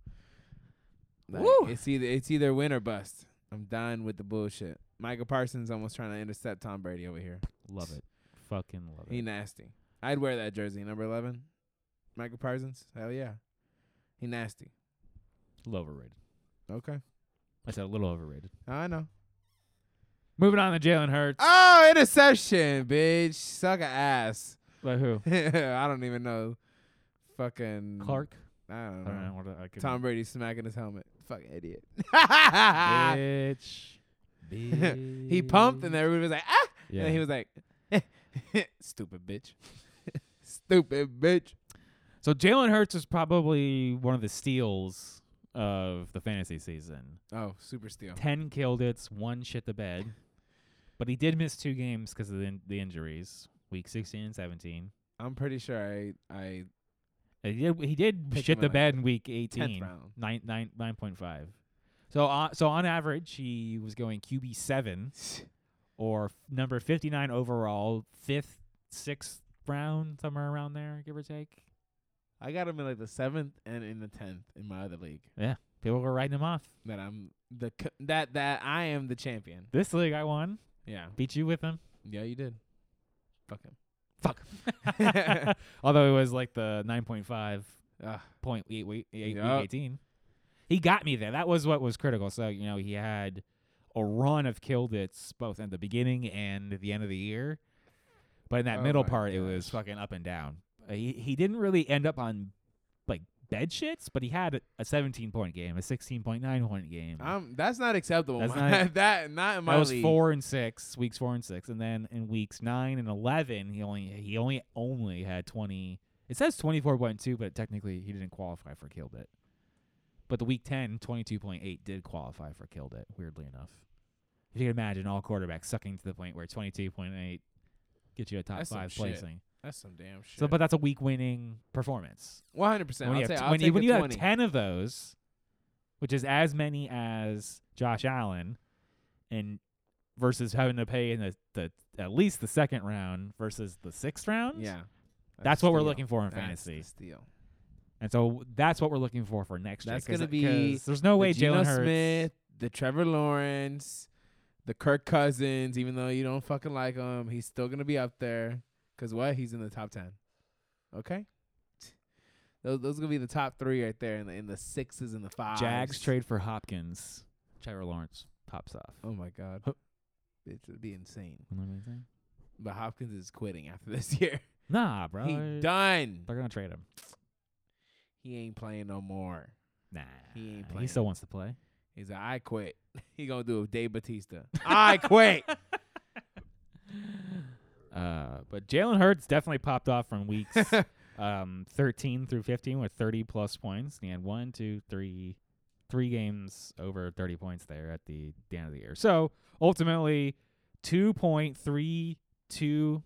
S2: Like,
S1: Woo!
S2: It's either it's either win or bust. I'm done with the bullshit. Michael Parsons almost trying to intercept Tom Brady over here.
S1: Love it. Fucking love it.
S2: He nasty. I'd wear that jersey, number eleven. Michael Parsons, hell yeah. He nasty.
S1: A little overrated.
S2: Okay,
S1: I said a little overrated.
S2: I know.
S1: Moving on to Jalen Hurts.
S2: Oh, interception, bitch. Suck a ass. [LAUGHS]
S1: But who?
S2: I don't even know. Fucking
S1: Clark.
S2: I don't
S1: I
S2: know.
S1: don't know. What I could
S2: Mm. Uh-huh. Tom Brady smacking his helmet. Fucking idiot. [LAUGHS]
S1: Bitch.
S2: Ah! he pumped and everybody was like, ah.
S1: Yeah.
S2: And he was like, [LAUGHS] stupid bitch. [LAUGHS] stupid bitch.
S1: so Jalen Hurts is probably one of the steals of the fantasy season.
S2: Oh, super steal.
S1: Ten killed it's one shit the bed, but he did miss two games because of the, in- the injuries, week sixteen and seventeen.
S2: I'm pretty sure I I
S1: And He did, he did
S2: Pick him
S1: shit the
S2: in, like,
S1: bed in week
S2: tenth
S1: 18,
S2: round.
S1: nine, nine, 9.5. So, uh, so on average, he was going QB seven or f- number fifty nine overall, fifth, sixth round, somewhere around there, give or take.
S2: I got him in like the seventh and in the tenth in my other league.
S1: People were writing him off.
S2: That I'm the c that that I am the champion.
S1: This league I won.
S2: Yeah.
S1: Beat you with him.
S2: Yeah, you did. Fuck him.
S1: Fuck. [LAUGHS] Although it was like the 9.5
S2: Ugh.
S1: point week, week, eight- week
S2: Yup.
S1: 18. He got me there. That was what was critical. So, you know, he had a run of killed it's both at the beginning and at the end of the year. But in that
S2: Oh
S1: middle
S2: my
S1: part, it was
S2: gosh.
S1: fucking up and down. Uh, He, he didn't really end up on like bed shits, but he had a- a 17 point game, a 16.9 point game.
S2: I'm that's not acceptable.
S1: Mm.
S2: [LAUGHS]
S1: That's
S2: man.
S1: not-
S2: that not in my
S1: that was
S2: league.
S1: four and six weeks four and six and then in weeks nine and 11 he only he only only had 20 it says 24.2 but technically he didn't qualify for killed it but the week 10 22.8 did qualify for killed it weirdly enough if you can imagine all quarterbacks sucking to the point where 22.8 gets you a top
S2: That's some
S1: five
S2: shit.
S1: placing
S2: That's some damn shit.
S1: so but that's a week winning performance
S2: One hundred percent.
S1: when you,
S2: I'll
S1: have,
S2: say
S1: t-
S2: I'll
S1: when you,
S2: take
S1: when
S2: a
S1: you have
S2: 20.
S1: 10 of those, which is as many as Josh Allen, and versus having to pay in the, the at least the second round versus the sixth round.
S2: Yeah,
S1: That's what we're
S2: steal.
S1: looking for in
S2: That's
S1: fantasy.
S2: the steal.
S1: And so that's what we're looking for for next
S2: That's
S1: year. 'cause-
S2: gonna be
S1: 'cause There's no way
S2: the Geno
S1: Oh, Jalen Hurts.
S2: Smith, the Trevor Lawrence, the Kirk Cousins. Even though you don't fucking like him, he's still gonna be up there. Cause what? He's in the top ten. Okay. Those those are gonna be the top three right there, in the in the sixes and the fives.
S1: Jags trade for Hopkins. Trevor Lawrence pops off.
S2: Oh my god,
S1: Huh.
S2: it would be insane.
S1: You know what I'm saying?
S2: But Hopkins is quitting after [LAUGHS] this year.
S1: Nah, bro.
S2: He done.
S1: They're gonna trade him.
S2: He ain't playing no more.
S1: Nah.
S2: He ain't
S1: he
S2: playing.
S1: still wants to play.
S2: He's like, I quit. [LAUGHS] He gonna do a Dave Batista.
S1: [LAUGHS]
S2: I quit.
S1: Uh, but Jalen Hurts definitely popped off from weeks um, 13 through 15 with 30 plus points. And he had one, two, three, three games over 30 points there at the, the end of the year. So ultimately, 2.32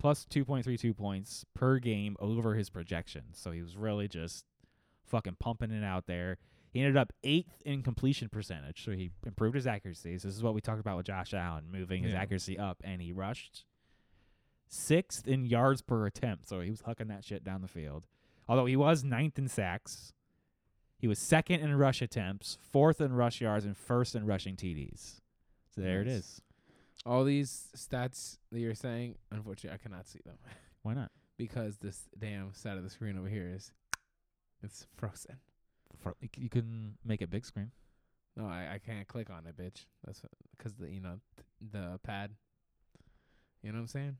S1: plus 2.32 points per game over his projection. So he was really just fucking pumping it out there. He ended up eighth in completion percentage, so he improved his accuracies. This is what we talked about with Josh Allen, moving his
S2: Yeah.
S1: accuracy up, and he rushed sixth in yards per attempt, so he was hucking that shit down the field. Although he was ninth in sacks, he was second in rush attempts, fourth in rush yards, and first in rushing TDs. So there it
S2: Nice.
S1: is.
S2: All these stats that you're saying, unfortunately, I cannot see them
S1: Why not?
S2: because this damn side of the screen over here is it's frozen.
S1: For- you c- You can make it big screen.
S2: No, I, I can't click on it, bitch. That's because the you know th- the pad. You know what I'm saying?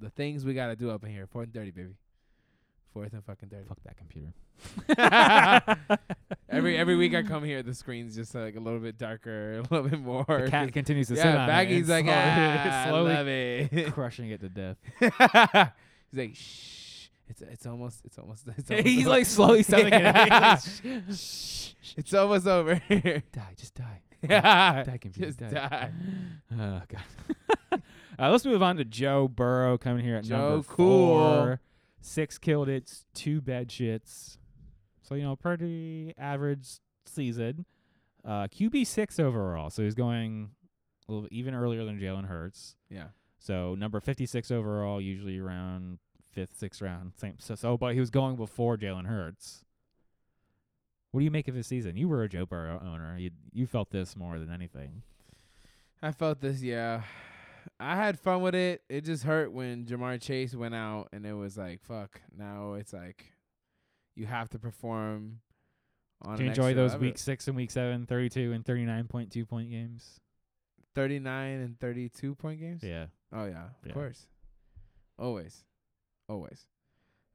S2: The things we gotta do up in here. Fourth and thirty, baby. Fourth and fucking thirty.
S1: Fuck that computer.
S2: [LAUGHS] Every every
S1: [LAUGHS]
S2: week I come here, the screen's just like a little bit darker, [LAUGHS] a little bit more.
S1: The cat
S2: 'cause-
S1: continues to sit
S2: yeah,
S1: on it. and [LAUGHS]
S2: Baggy's like, ah,
S1: slowly,
S2: love
S1: slowly
S2: it.
S1: crushing it to
S2: [LAUGHS]
S1: death. [LAUGHS]
S2: He's like, shh. It's it's almost it's almost. It's almost over."
S1: slowly
S2: selling it.
S1: [LAUGHS]
S2: [LAUGHS] He's
S1: Shh, shh,
S2: [LAUGHS] It's almost over. [LAUGHS]
S1: die, just die.
S2: yeah.
S1: [LAUGHS] Die, computer,
S2: Just
S1: die.
S2: die.
S1: Oh god. [LAUGHS] uh, let's move on to Joe Burrow coming here at number
S2: Joe Cool.
S1: four. Six killed it's two bad shits. So you know, pretty average season. Uh, QB six overall, so he's going a little even earlier than Jalen Hurts.
S2: Yeah.
S1: So number fifty six overall, usually around fifth, sixth round. Same. So, so but he was going before Jalen Hurts. What do you make of his season? You were a Joe Burrow owner. You you felt this more than anything.
S2: I felt this, yeah. I had fun with it. It just hurt when Jamar Chase went out and it was like, fuck. Now it's like you have to perform on
S1: Do
S2: an
S1: you enjoy
S2: extra
S1: those
S2: level.
S1: week six and week seven, 32 and 39.2 point games?
S2: 39 and 32 point games?
S1: Yeah.
S2: Oh yeah, of
S1: Yeah.
S2: course. Always. Always.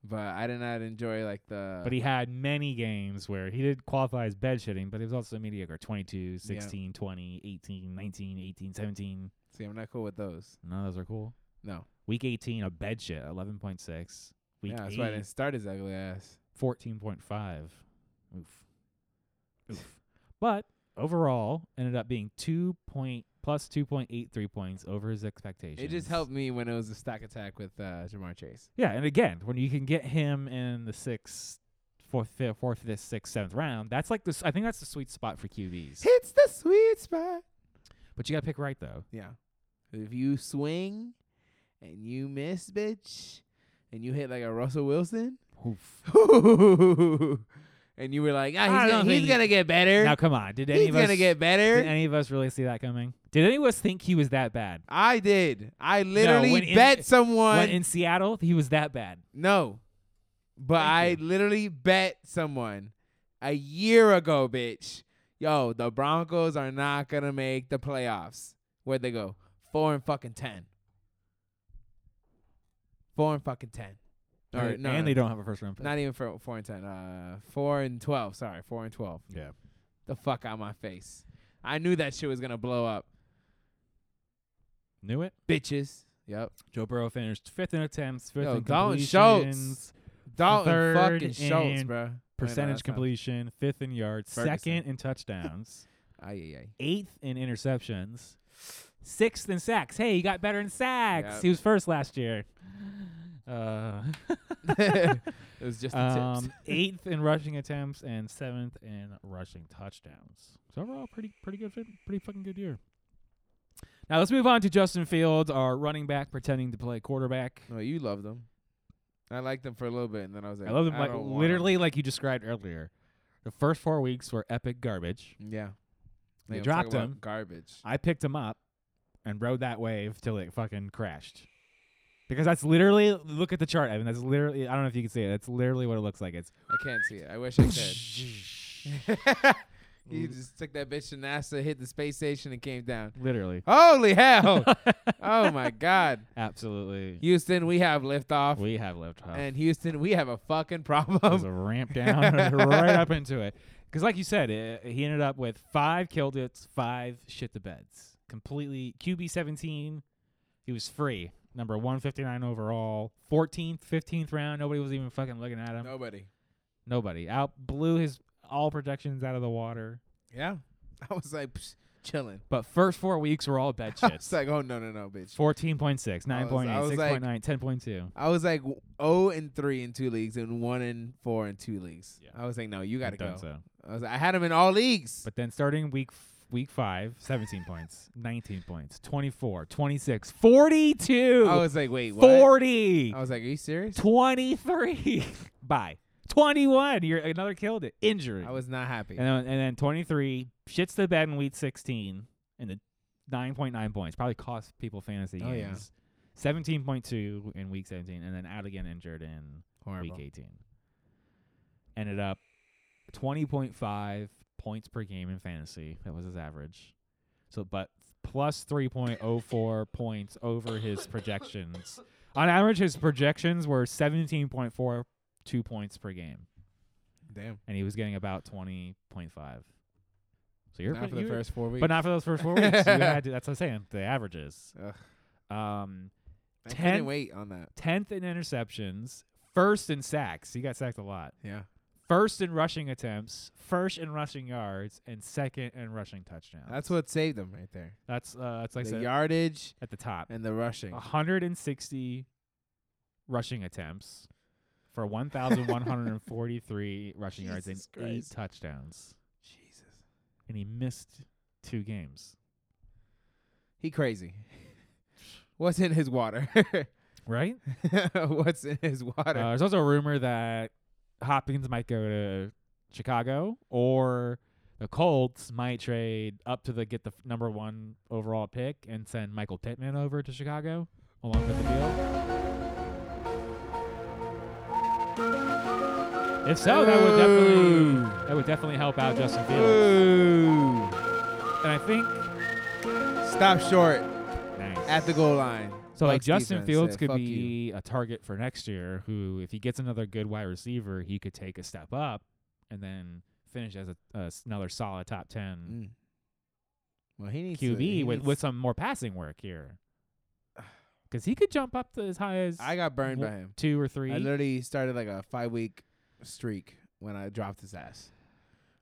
S2: But I did not enjoy like the
S1: But he had many games where he did qualify as bed shitting, but he was also mediocre 22, 16, 20, 18, 19, 18, 17.
S2: See, I'm not cool with those.
S1: None of those are cool.
S2: No.
S1: Week 18, a bed shit, 11.6. Week
S2: yeah, that's why I
S1: eight,
S2: didn't start his ugly ass.
S1: 14.5. Oof.
S2: [LAUGHS]
S1: Oof. But overall, ended up being 2 point, plus 2.83 points over his expectations.
S2: It just helped me when it was a stack attack with uh, Jamar Chase.
S1: Yeah, and again, when you can get him in the sixth, fourth, fifth, fourth, fifth, sixth, seventh round, that's like this. I think that's the sweet spot for QBs.
S2: Hits the sweet spot.
S1: But you gotta pick right though.
S2: Yeah. If you swing and you miss, bitch, and you hit like a Russell Wilson, [LAUGHS] and you were like,
S1: I
S2: ah, he's,
S1: don't
S2: gonna,
S1: think
S2: he's gonna get better.
S1: Now come on, did any
S2: he's
S1: of us
S2: gonna get better.
S1: did any of us really see that coming? Did any of us think he was that bad?
S2: I did. I literally
S1: when in-
S2: bet
S1: When
S2: someone.
S1: in Seattle, he was that bad.
S2: no, but
S1: Thank
S2: I
S1: you.
S2: literally bet someone a year ago, bitch. Yo, the Broncos are not gonna make the playoffs. Where'd they go? Four and fucking ten. Four and fucking ten. Or,
S1: Right,
S2: no,
S1: and they don't have a first round pick.
S2: Not even for four and ten. Uh, four and twelve. Sorry, four and twelve.
S1: yeah.
S2: The fuck out my face. I knew that shit was gonna blow up,
S1: Knew it.
S2: bitches. Yep.
S1: Joe Burrow finished fifth in attempts, fifth
S2: Yo,
S1: in
S2: Dalton
S1: completions,
S2: Schultz. Dalton
S1: Third
S2: fucking Schultz,
S1: in
S2: bro. Wait, no,
S1: percentage
S2: that's not-
S1: completion, fifth in yards,
S2: Ferguson.
S1: second in touchdowns.
S2: Aye, aye, aye.
S1: eighth in interceptions, sixth in sacks. Hey, he got better in sacks.
S2: Yep.
S1: He was first last year. Uh,
S2: it was just the
S1: um,
S2: [LAUGHS] tips.
S1: eighth in rushing attempts and seventh in rushing touchdowns. So overall, pretty pretty good, fit- pretty fucking good year. Now let's move on to Justin Fields, our running back pretending to play quarterback.
S2: No, you love them. I liked them for a little bit, and then I was like,
S1: I love him like
S2: don't want 'em."
S1: literally like you described earlier. The first four weeks were epic garbage.
S2: Yeah.
S1: They
S2: I'm talking
S1: dropped
S2: about
S1: him.
S2: Garbage.
S1: I picked him up and rode that wave till it fucking crashed. Because that's literally look at the chart, Evan. That's literally I don't know if you can see it. That's literally what it looks like. It's
S2: I can't see it. I wish I
S1: [LAUGHS]
S2: could. he just took that bitch to NASA, hit the space station, and came down.
S1: literally, [LAUGHS]
S2: Holy hell! oh my God,
S1: absolutely.
S2: Houston, we have liftoff,
S1: We have left off.
S2: and Houston, we have a fucking [LAUGHS]
S1: There's
S2: problem.
S1: a [LAUGHS] ramp down right up into it. Because like you said, it, he ended up with five killed it's five shit the beds. Completely QB seventeen. He was free. Number one fifty nine overall. Fourteenth, fifteenth round. Nobody was even fucking looking at him.
S2: Nobody.
S1: Nobody out blew his all projections out of the water.
S2: Yeah, I was like psh, chilling.
S1: But first four weeks
S2: [LAUGHS]
S1: were all bed
S2: I was
S1: shits.
S2: like, oh no, no, no, bitch.
S1: 14.6, 9.8,
S2: I was like-
S1: 6.9, 10.2.
S2: I was like w- oh and three in two leagues and one and four in two leagues.
S1: Yeah.
S2: I was like, no, you gotta
S1: I've done
S2: go.
S1: So.
S2: I was like, I had him in all leagues.
S1: But then starting week f- week 5, 17 points, 19 points, 24, 26, 42,
S2: I was like, wait, what?
S1: 40,
S2: I was like, are you serious?
S1: 23. [LAUGHS] Bye. 21. You're another killed it. Injury.
S2: I was not happy.
S1: and then, and then 23 shits the bed in week 16 and the 9.9 points probably cost people fantasy
S2: Oh, yeah.
S1: games. 17.2 in week 17 and then out again injured in
S2: Horrible.
S1: week 18. Ended up 20.5 points per game in fantasy. That was his average. So, but plus
S2: [LAUGHS]
S1: 3.04 points over his projections. On average, his projections were 17.42 points per game,
S2: Damn.
S1: and he was getting about 20.5. So you're
S2: Not for the
S1: you're-
S2: first four weeks.
S1: but not for those first four weeks. You
S2: [LAUGHS]
S1: had to, that's what I'm saying. The averages.
S2: Ugh.
S1: Um,
S2: I
S1: ten-
S2: couldn't wait on that.
S1: tenth in interceptions, first in sacks. He got sacked a lot.
S2: Yeah.
S1: First in rushing attempts, first in rushing yards, and second in rushing touchdowns.
S2: That's what saved them right there.
S1: That's uh, that's like I
S2: the
S1: said, Ah.
S2: yardage
S1: at the top.
S2: and the rushing.
S1: 160 rushing attempts for
S2: [LAUGHS]
S1: 1,143 rushing yards and
S2: Jesus
S1: eight
S2: Christ.
S1: touchdowns,
S2: Jesus.
S1: and he missed two games.
S2: He crazy. [LAUGHS] What's in his water? [LAUGHS]
S1: Right?
S2: What's in his water?
S1: Uh, there's also a rumor that Hopkins might go to Chicago or the Colts might trade up to the get the f- number one overall pick and send Michael Pittman over to Chicago along with the deal. If so, that would definitely that would definitely help out Justin Fields.
S2: Ooh.
S1: And I think
S2: Stop short
S1: nice.
S2: at the goal line.
S1: So like
S2: Bucks
S1: Justin
S2: defense
S1: Fields
S2: said,
S1: could
S2: "Fuck you."
S1: be a target for next year. Who, if he gets another good wide receiver, he could take a step up and then finish as a, a s- another solid top ten
S2: Mm. Well, he needs to-
S1: QB
S2: he
S1: with
S2: needs-
S1: with some more passing work
S2: [SIGHS]
S1: here, because he could jump up to as high as
S2: I got burned by
S1: w-
S2: him.
S1: two or three.
S2: I literally started like a five week streak when I dropped his ass.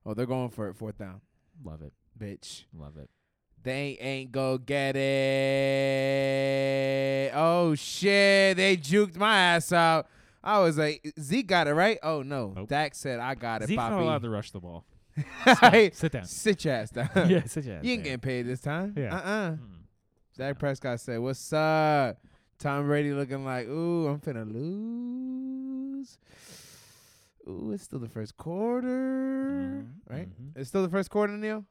S2: Oh, they're going for it fourth down,
S1: love it,
S2: bitch.
S1: love it.
S2: They ain't go get it. Oh shit, they juked my ass out. I was like, Zeke got it right. Oh no,
S1: Nope.
S2: Dak said I got it,
S1: Zeke's not allowed
S2: [LAUGHS] Poppy.
S1: to rush the ball.
S2: Hey,
S1: [LAUGHS] Sit down.
S2: Sit your ass down.
S1: yeah, [LAUGHS] sit your ass
S2: [LAUGHS] you ain't
S1: down.
S2: getting paid this time.
S1: Yeah.
S2: Uh-uh.
S1: Mm.
S2: Dak
S1: down.
S2: Prescott said, "What's up?" Tom Brady looking like, "Ooh, I'm finna lose." Ooh, it's still the first quarter,
S1: Mhm,
S2: right?
S1: mhm.
S2: It's still the first quarter, Neil.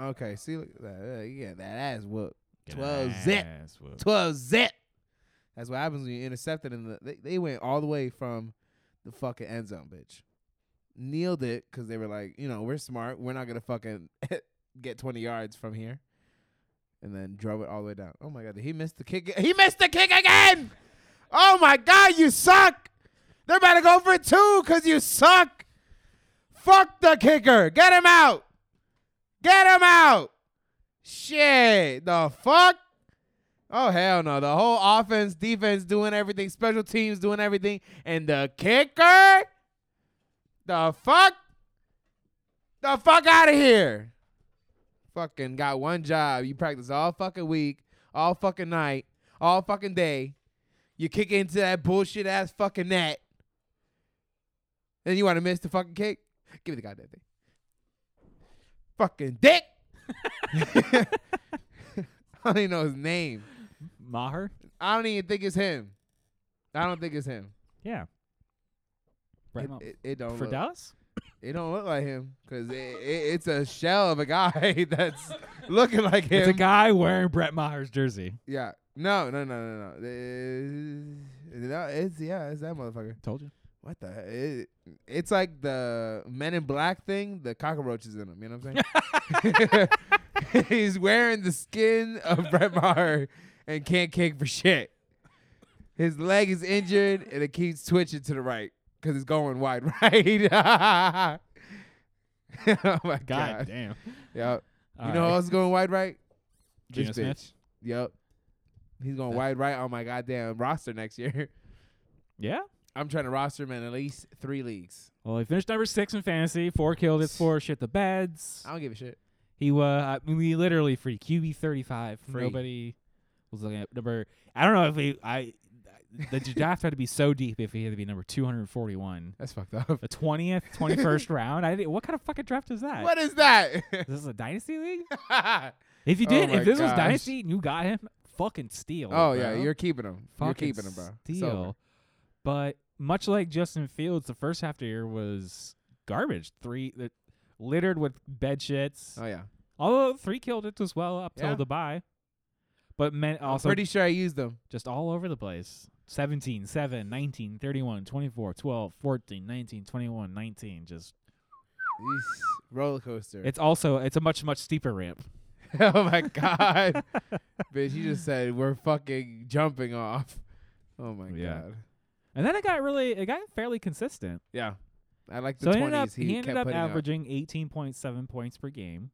S2: Okay, see, look, at that. Uh, yeah, that ass whoop,
S1: Get
S2: 12
S1: an
S2: zip.
S1: ass whoop.
S2: twelve zip. That's what happens when you intercepted. In the they, they went all the way from the fucking end zone, bitch. Kneeled it because they were like, you know, we're smart. We're not gonna fucking [LAUGHS] get twenty yards from here, and then drove it all the way down. Oh my god, did he miss the kick? He missed the kick again. Oh my god, you suck. They're about to go for two because you suck. Fuck the kicker. Get him out. Get him out. Shit. The fuck. Oh hell no! The whole offense, defense doing everything, special teams doing everything, and the kicker, the fuck, the fuck out of here! Fucking got one job. You practice all fucking week, all fucking night, all fucking day. You kick into that bullshit ass fucking net. Then you want to miss the fucking kick? Give me the goddamn thing. Fucking dick. [LAUGHS] I don't even know his name.
S1: Maher.
S2: I don't even think it's him. I don't think it's him.
S1: Yeah. Right
S2: It, it, it uh, don't
S1: for
S2: look,
S1: Dallas.
S2: it don't look like him because it, it, it's a shell of a guy [LAUGHS]
S1: [LAUGHS]
S2: that's looking like him.
S1: It's a guy wearing Brett Maher's jersey.
S2: Yeah. No, no, no, no, no. Uh, no, it's yeah, it's that motherfucker.
S1: Told you.
S2: What the? he- It, it's like the Men in Black thing. The cockroaches in him. You know what I'm
S1: [LAUGHS]
S2: saying? [LAUGHS] He's wearing the skin of Brett Maher and can't kick for shit. His leg is injured and it keeps twitching to the right because it's going wide [LAUGHS] right. [LAUGHS] oh my god!
S1: God, damn.
S2: Yep. You
S1: All
S2: know
S1: right.
S2: who else is going wide right?
S1: Geno
S2: This
S1: Smith?
S2: bitch. Yep. He's going wide right on my goddamn roster next year. [LAUGHS]
S1: Yeah.
S2: I'm trying to roster him in at least three leagues.
S1: Well, he finished number six in fantasy. Four kills. It's four shit the beds.
S2: I don't give a shit.
S1: He was I mean, we literally free QB thirty five.
S2: Free.
S1: Nobody was looking at number. I don't know if he. I the [LAUGHS] draft had to be so deep if he had to be number two hundred forty one.
S2: That's fucked up.
S1: The twentieth, twenty first round. I didn't, what kind of fucking draft is that?
S2: What
S1: [LAUGHS]
S2: is that?
S1: Is this a dynasty league?
S2: oh
S1: If you
S2: Oh
S1: did,
S2: my
S1: if this was
S2: gosh. Oh,
S1: dynasty and you got him, fucking steal.
S2: yeah,
S1: Oh, bro.
S2: you're keeping him. You're
S1: fucking
S2: keeping him, bro. It's over.
S1: Steal. But much like Justin Fields, the first half of the year was garbage. Three uh, littered with bed shits.
S2: Oh yeah.
S1: Although three killed it as well up till
S2: Yeah.
S1: the bye. But men also
S2: I'm pretty sure I used them.
S1: just all over the place. 17, 7, 19, 31, 24, 12, 14, 19, 21, 19. Just
S2: Yeesh. roller coaster.
S1: It's also it's a much much steeper ramp.
S2: [LAUGHS] oh my
S1: [LAUGHS]
S2: god, bitch! You just said we're fucking jumping off. Oh my
S1: Yeah.
S2: god.
S1: And then it got really it got fairly consistent.
S2: Yeah, I like the
S1: so he ended up
S2: twenties.
S1: he, ended
S2: kept
S1: up
S2: putting
S1: averaging 18.7 points per game.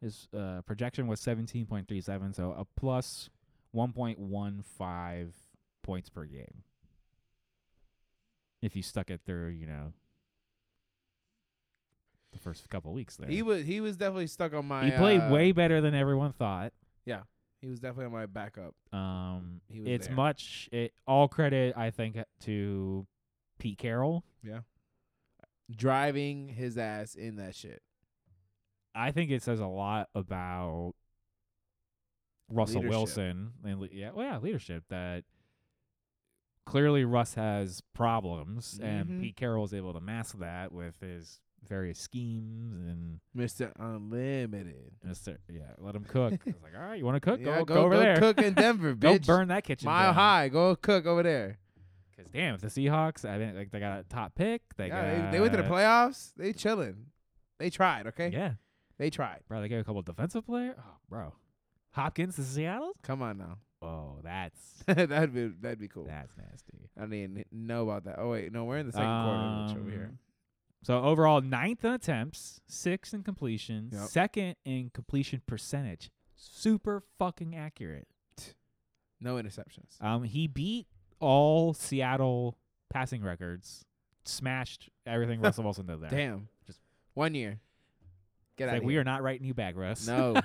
S1: His uh, projection was 17.37, so a plus 1.15 points per game. If you stuck it through, you know, the first couple weeks there.
S2: Up. He was he was definitely stuck on my.
S1: he played
S2: uh,
S1: way better than everyone thought.
S2: He was definitely on my backup.
S1: Um,
S2: He was
S1: it's
S2: there.
S1: much it, all credit I think to Pete Carroll.
S2: driving his ass in that shit.
S1: I think it says a lot about Russell
S2: Leadership.
S1: Wilson and le- yeah, well, yeah, leadership that clearly Russ has problems
S2: Mhm.
S1: and Pete Carroll is able to mask that with his various schemes and
S2: Mr. Unlimited.
S1: Mr. yeah, let him
S2: [LAUGHS]
S1: cook. it's like, all right, you want to cook?
S2: Yeah,
S1: go, go, over there.
S2: cook in Denver,
S1: [LAUGHS] go
S2: bitch.
S1: burn that kitchen.
S2: Mile high. Go cook over there.
S1: Because damn, if the Seahawks, I think like they got a top pick. They
S2: yeah,
S1: got,
S2: they, they went to the playoffs. They chilling. They tried, okay?
S1: Yeah,
S2: They tried.
S1: bro, they got a couple defensive player. Oh, bro, Hopkins to Seattle.
S2: Come on now. [LAUGHS]
S1: Oh, that's
S2: that'd be that'd be cool.
S1: that's nasty.
S2: I didn't even know about that. Oh wait, no, we're in the second quarter which over here.
S1: Um, So overall, ninth in attempts, sixth in completion,
S2: Yep.
S1: second in completion percentage. Super fucking accurate.
S2: No interceptions.
S1: Um, he beat all Seattle passing records, smashed
S2: [LAUGHS]
S1: everything Russell Wilson did there.
S2: Damn.
S1: Just-
S2: one year. Get
S1: It's
S2: out
S1: like
S2: of
S1: we
S2: here.
S1: are not writing you back, Russ.
S2: No.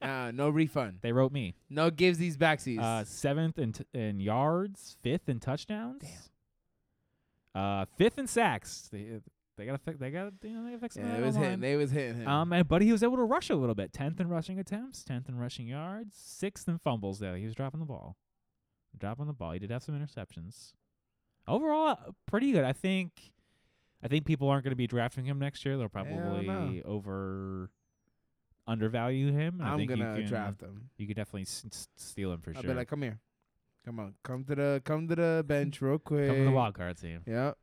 S2: uh, [LAUGHS] no refund.
S1: [LAUGHS] they wrote me.
S2: No gives these backsies.
S1: Uh, seventh in t- in yards, fifth in touchdowns. Uh, fifth in sacks. They they gotta fi- they gotta you know, they gotta fix
S2: yeah,
S1: that
S2: it was
S1: O-line.
S2: hitting. They was hitting him.
S1: Um, and, but he was able to rush a little bit. Tenth in rushing attempts, tenth in rushing yards, sixth in fumbles. Though he was dropping the ball, dropping the ball. He did have some interceptions. Overall, uh, pretty good. I think. I think people aren't going to be drafting him next year. They'll
S2: no.
S1: probably over undervalue him. and I
S2: I'm
S1: think you
S2: gonna
S1: can-
S2: draft him.
S1: You could definitely s- s- steal him for
S2: I'll
S1: sure.
S2: be like, come here, come on, come to the come to the bench real
S1: [LAUGHS]
S2: quick.
S1: Come to the wild card team.
S2: Yep,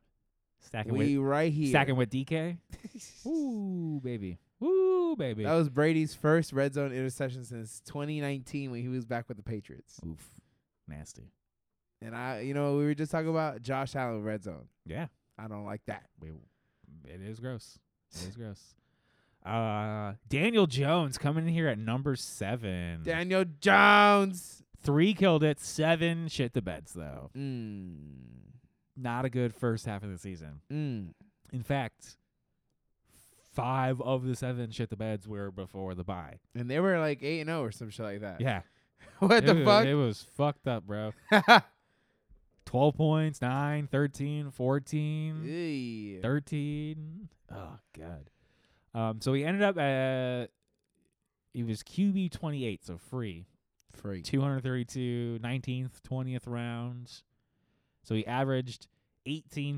S1: Stacking
S2: we
S1: with
S2: right here.
S1: stacking with DK.
S2: [LAUGHS]
S1: Ooh baby. Ooh baby.
S2: That was Brady's first red zone interception since 2019 when he was back with the Patriots.
S1: Oof. Nasty.
S2: And I, you know, we were just talking about Josh Allen red zone.
S1: Yeah.
S2: I don't like that.
S1: we, it is gross. It is gross. Uh, Daniel Jones coming in here at number seven.
S2: Daniel Jones.
S1: Three killed it. Seven shit the beds though.
S2: Mm.
S1: Not a good first half of the season.
S2: Mm.
S1: In fact, five of the seven shit the beds were before the bye.
S2: And they were like eight and zero or some shit like that.
S1: Yeah,
S2: [LAUGHS] what
S1: it,
S2: the
S1: wa- It was fucked up, bro.
S2: [LAUGHS] fuck?
S1: 12 points, 9, 13, 14.
S2: Eey.
S1: 13. Oh god. Um so he ended up at he was QB 28, so free.
S2: Free.
S1: 232, 19th, 20th rounds. So he averaged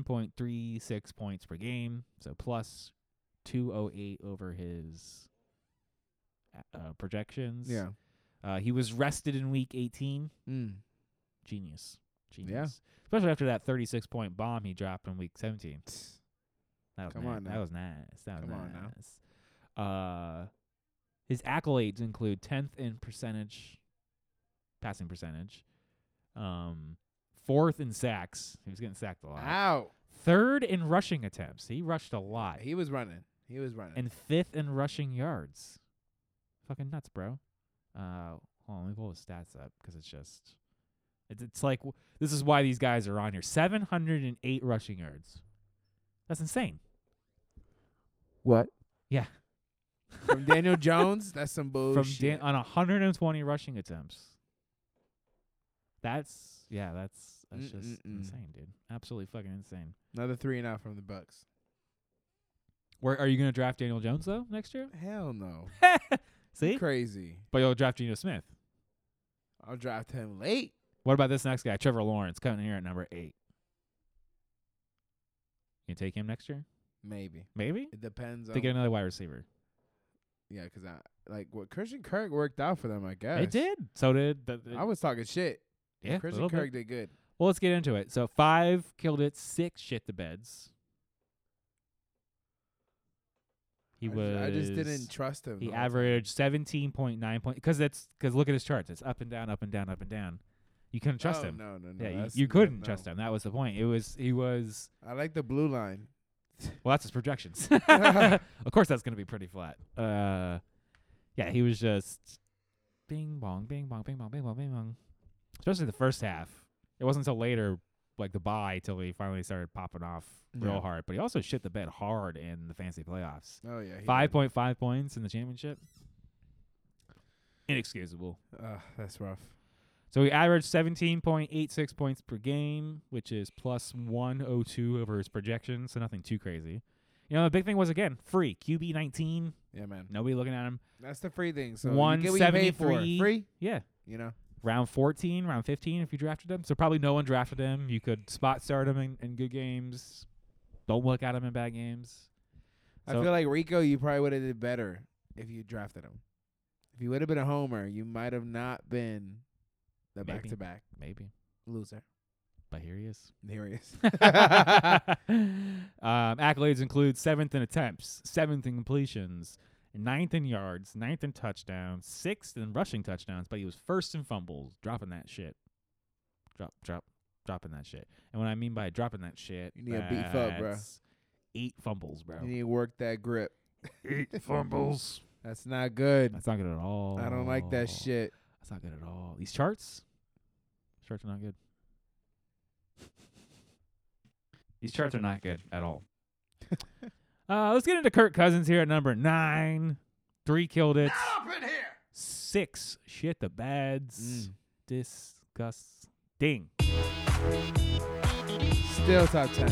S1: 18.36 points per game, so plus 208 over his uh, projections.
S2: Yeah.
S1: Uh, he was rested in week 18.
S2: Mm.
S1: Genius. Genius. Especially after that 36 point bomb he dropped in week 17. That was
S2: Come
S1: nice.
S2: on
S1: That
S2: now.
S1: was nice. That was
S2: Come on now.
S1: nice. Uh, his accolades include tenth in percentage, passing percentage, um, fourth in sacks. He was getting sacked a lot.
S2: Ow.
S1: Third in rushing attempts. He rushed a lot.
S2: He was running. He was running.
S1: and fifth in rushing yards. Fucking nuts, bro. Uh, hold on, let me pull his stats up because it's just, it's it's like w- this is why these guys are on here. Seven hundred and eight rushing yards. That's insane.
S2: what?
S1: Yeah. [LAUGHS]
S2: From Daniel Jones? That's some
S1: from
S2: bullshit.
S1: Dan- on 120 rushing attempts. That's yeah, that's that's just
S2: Mm-mm-mm.
S1: insane, dude. Absolutely fucking insane.
S2: Another three and out from the Bucks.
S1: Where are you gonna draft Daniel Jones though next year?
S2: Hell no.
S1: See,
S2: Crazy.
S1: but you'll draft Geno Smith.
S2: I'll draft him late.
S1: What about this next guy, Trevor Lawrence, coming here at number eight? You gonna take him next year?
S2: Maybe.
S1: Maybe
S2: It depends on
S1: to get another wide receiver.
S2: Yeah, because I like what Christian Kirk worked out for them, I guess.
S1: It did. So did the, the-
S2: I was talking shit.
S1: yeah. a
S2: Christian
S1: little bit.
S2: Kirk did good.
S1: Well, let's get into it. So five killed it, six shit the beds. He
S2: I
S1: was.
S2: ju- I just didn't trust him.
S1: He
S2: the whole time.
S1: averaged seventeen point nine points because that's because look at his charts. It's up and down, up and down, up and down. You couldn't trust
S2: Oh,
S1: him.
S2: No, no, no.
S1: yeah, you,
S2: that's-
S1: you
S2: no,
S1: couldn't
S2: no.
S1: trust him. That was the point. It was he was.
S2: I like the blue line.
S1: Well, that's his
S2: [LAUGHS]
S1: projections. [LAUGHS] of course, that's going to be pretty flat. Uh, yeah, he was just bing bong, bing bong, bing bong, bing bong, bing bong. Especially the first half. It wasn't until later, like the bye, till he finally started popping off real
S2: Yeah.
S1: hard. But he also shit the bed hard in the fantasy playoffs.
S2: Oh yeah. he
S1: Five
S2: did.
S1: point five points in the championship. Inexcusable.
S2: Ugh, that's rough.
S1: So he averaged 17.86 points per game, which is plus 102 over his projection, so nothing too crazy. You know, the big thing was again, free. QB 19,
S2: Yeah, man.
S1: nobody looking at him.
S2: That's the free thing. So you
S1: One
S2: get what you paid for.
S1: seventy-three.
S2: Free.
S1: Yeah.
S2: You know.
S1: Round 14, round 15 if you drafted him. So probably no one drafted him. You could spot start him in, in good games. Don't look at him in bad games. So-
S2: I feel like Rico, you probably would have did better if you drafted him. If you would have been a homer, you might have not been the
S1: Maybe.
S2: back to back
S1: Maybe.
S2: loser.
S1: But here he is.
S2: There he
S1: [LAUGHS]
S2: is.
S1: um, accolades include seventh in attempts, seventh in completions, ninth in yards, ninth in touchdowns, sixth in rushing touchdowns, but he was first in fumbles, dropping that shit. Drop, drop, dropping that shit. And what I mean by dropping that shit,
S2: You need to beef up, bro.
S1: that's Eight fumbles, bro.
S2: you need to work that grip.
S1: Eight fumbles.
S2: That's not good.
S1: That's not good at all.
S2: I don't like that shit.
S1: That's not good at all. These charts, charts are not good. [LAUGHS] These charts are not good at all. [LAUGHS] uh, let's get into Kirk Cousins here at number nine. Three killed it.
S3: Up in here!
S1: Six shit the beds.
S2: Mm.
S1: Disgusting.
S2: Still top ten.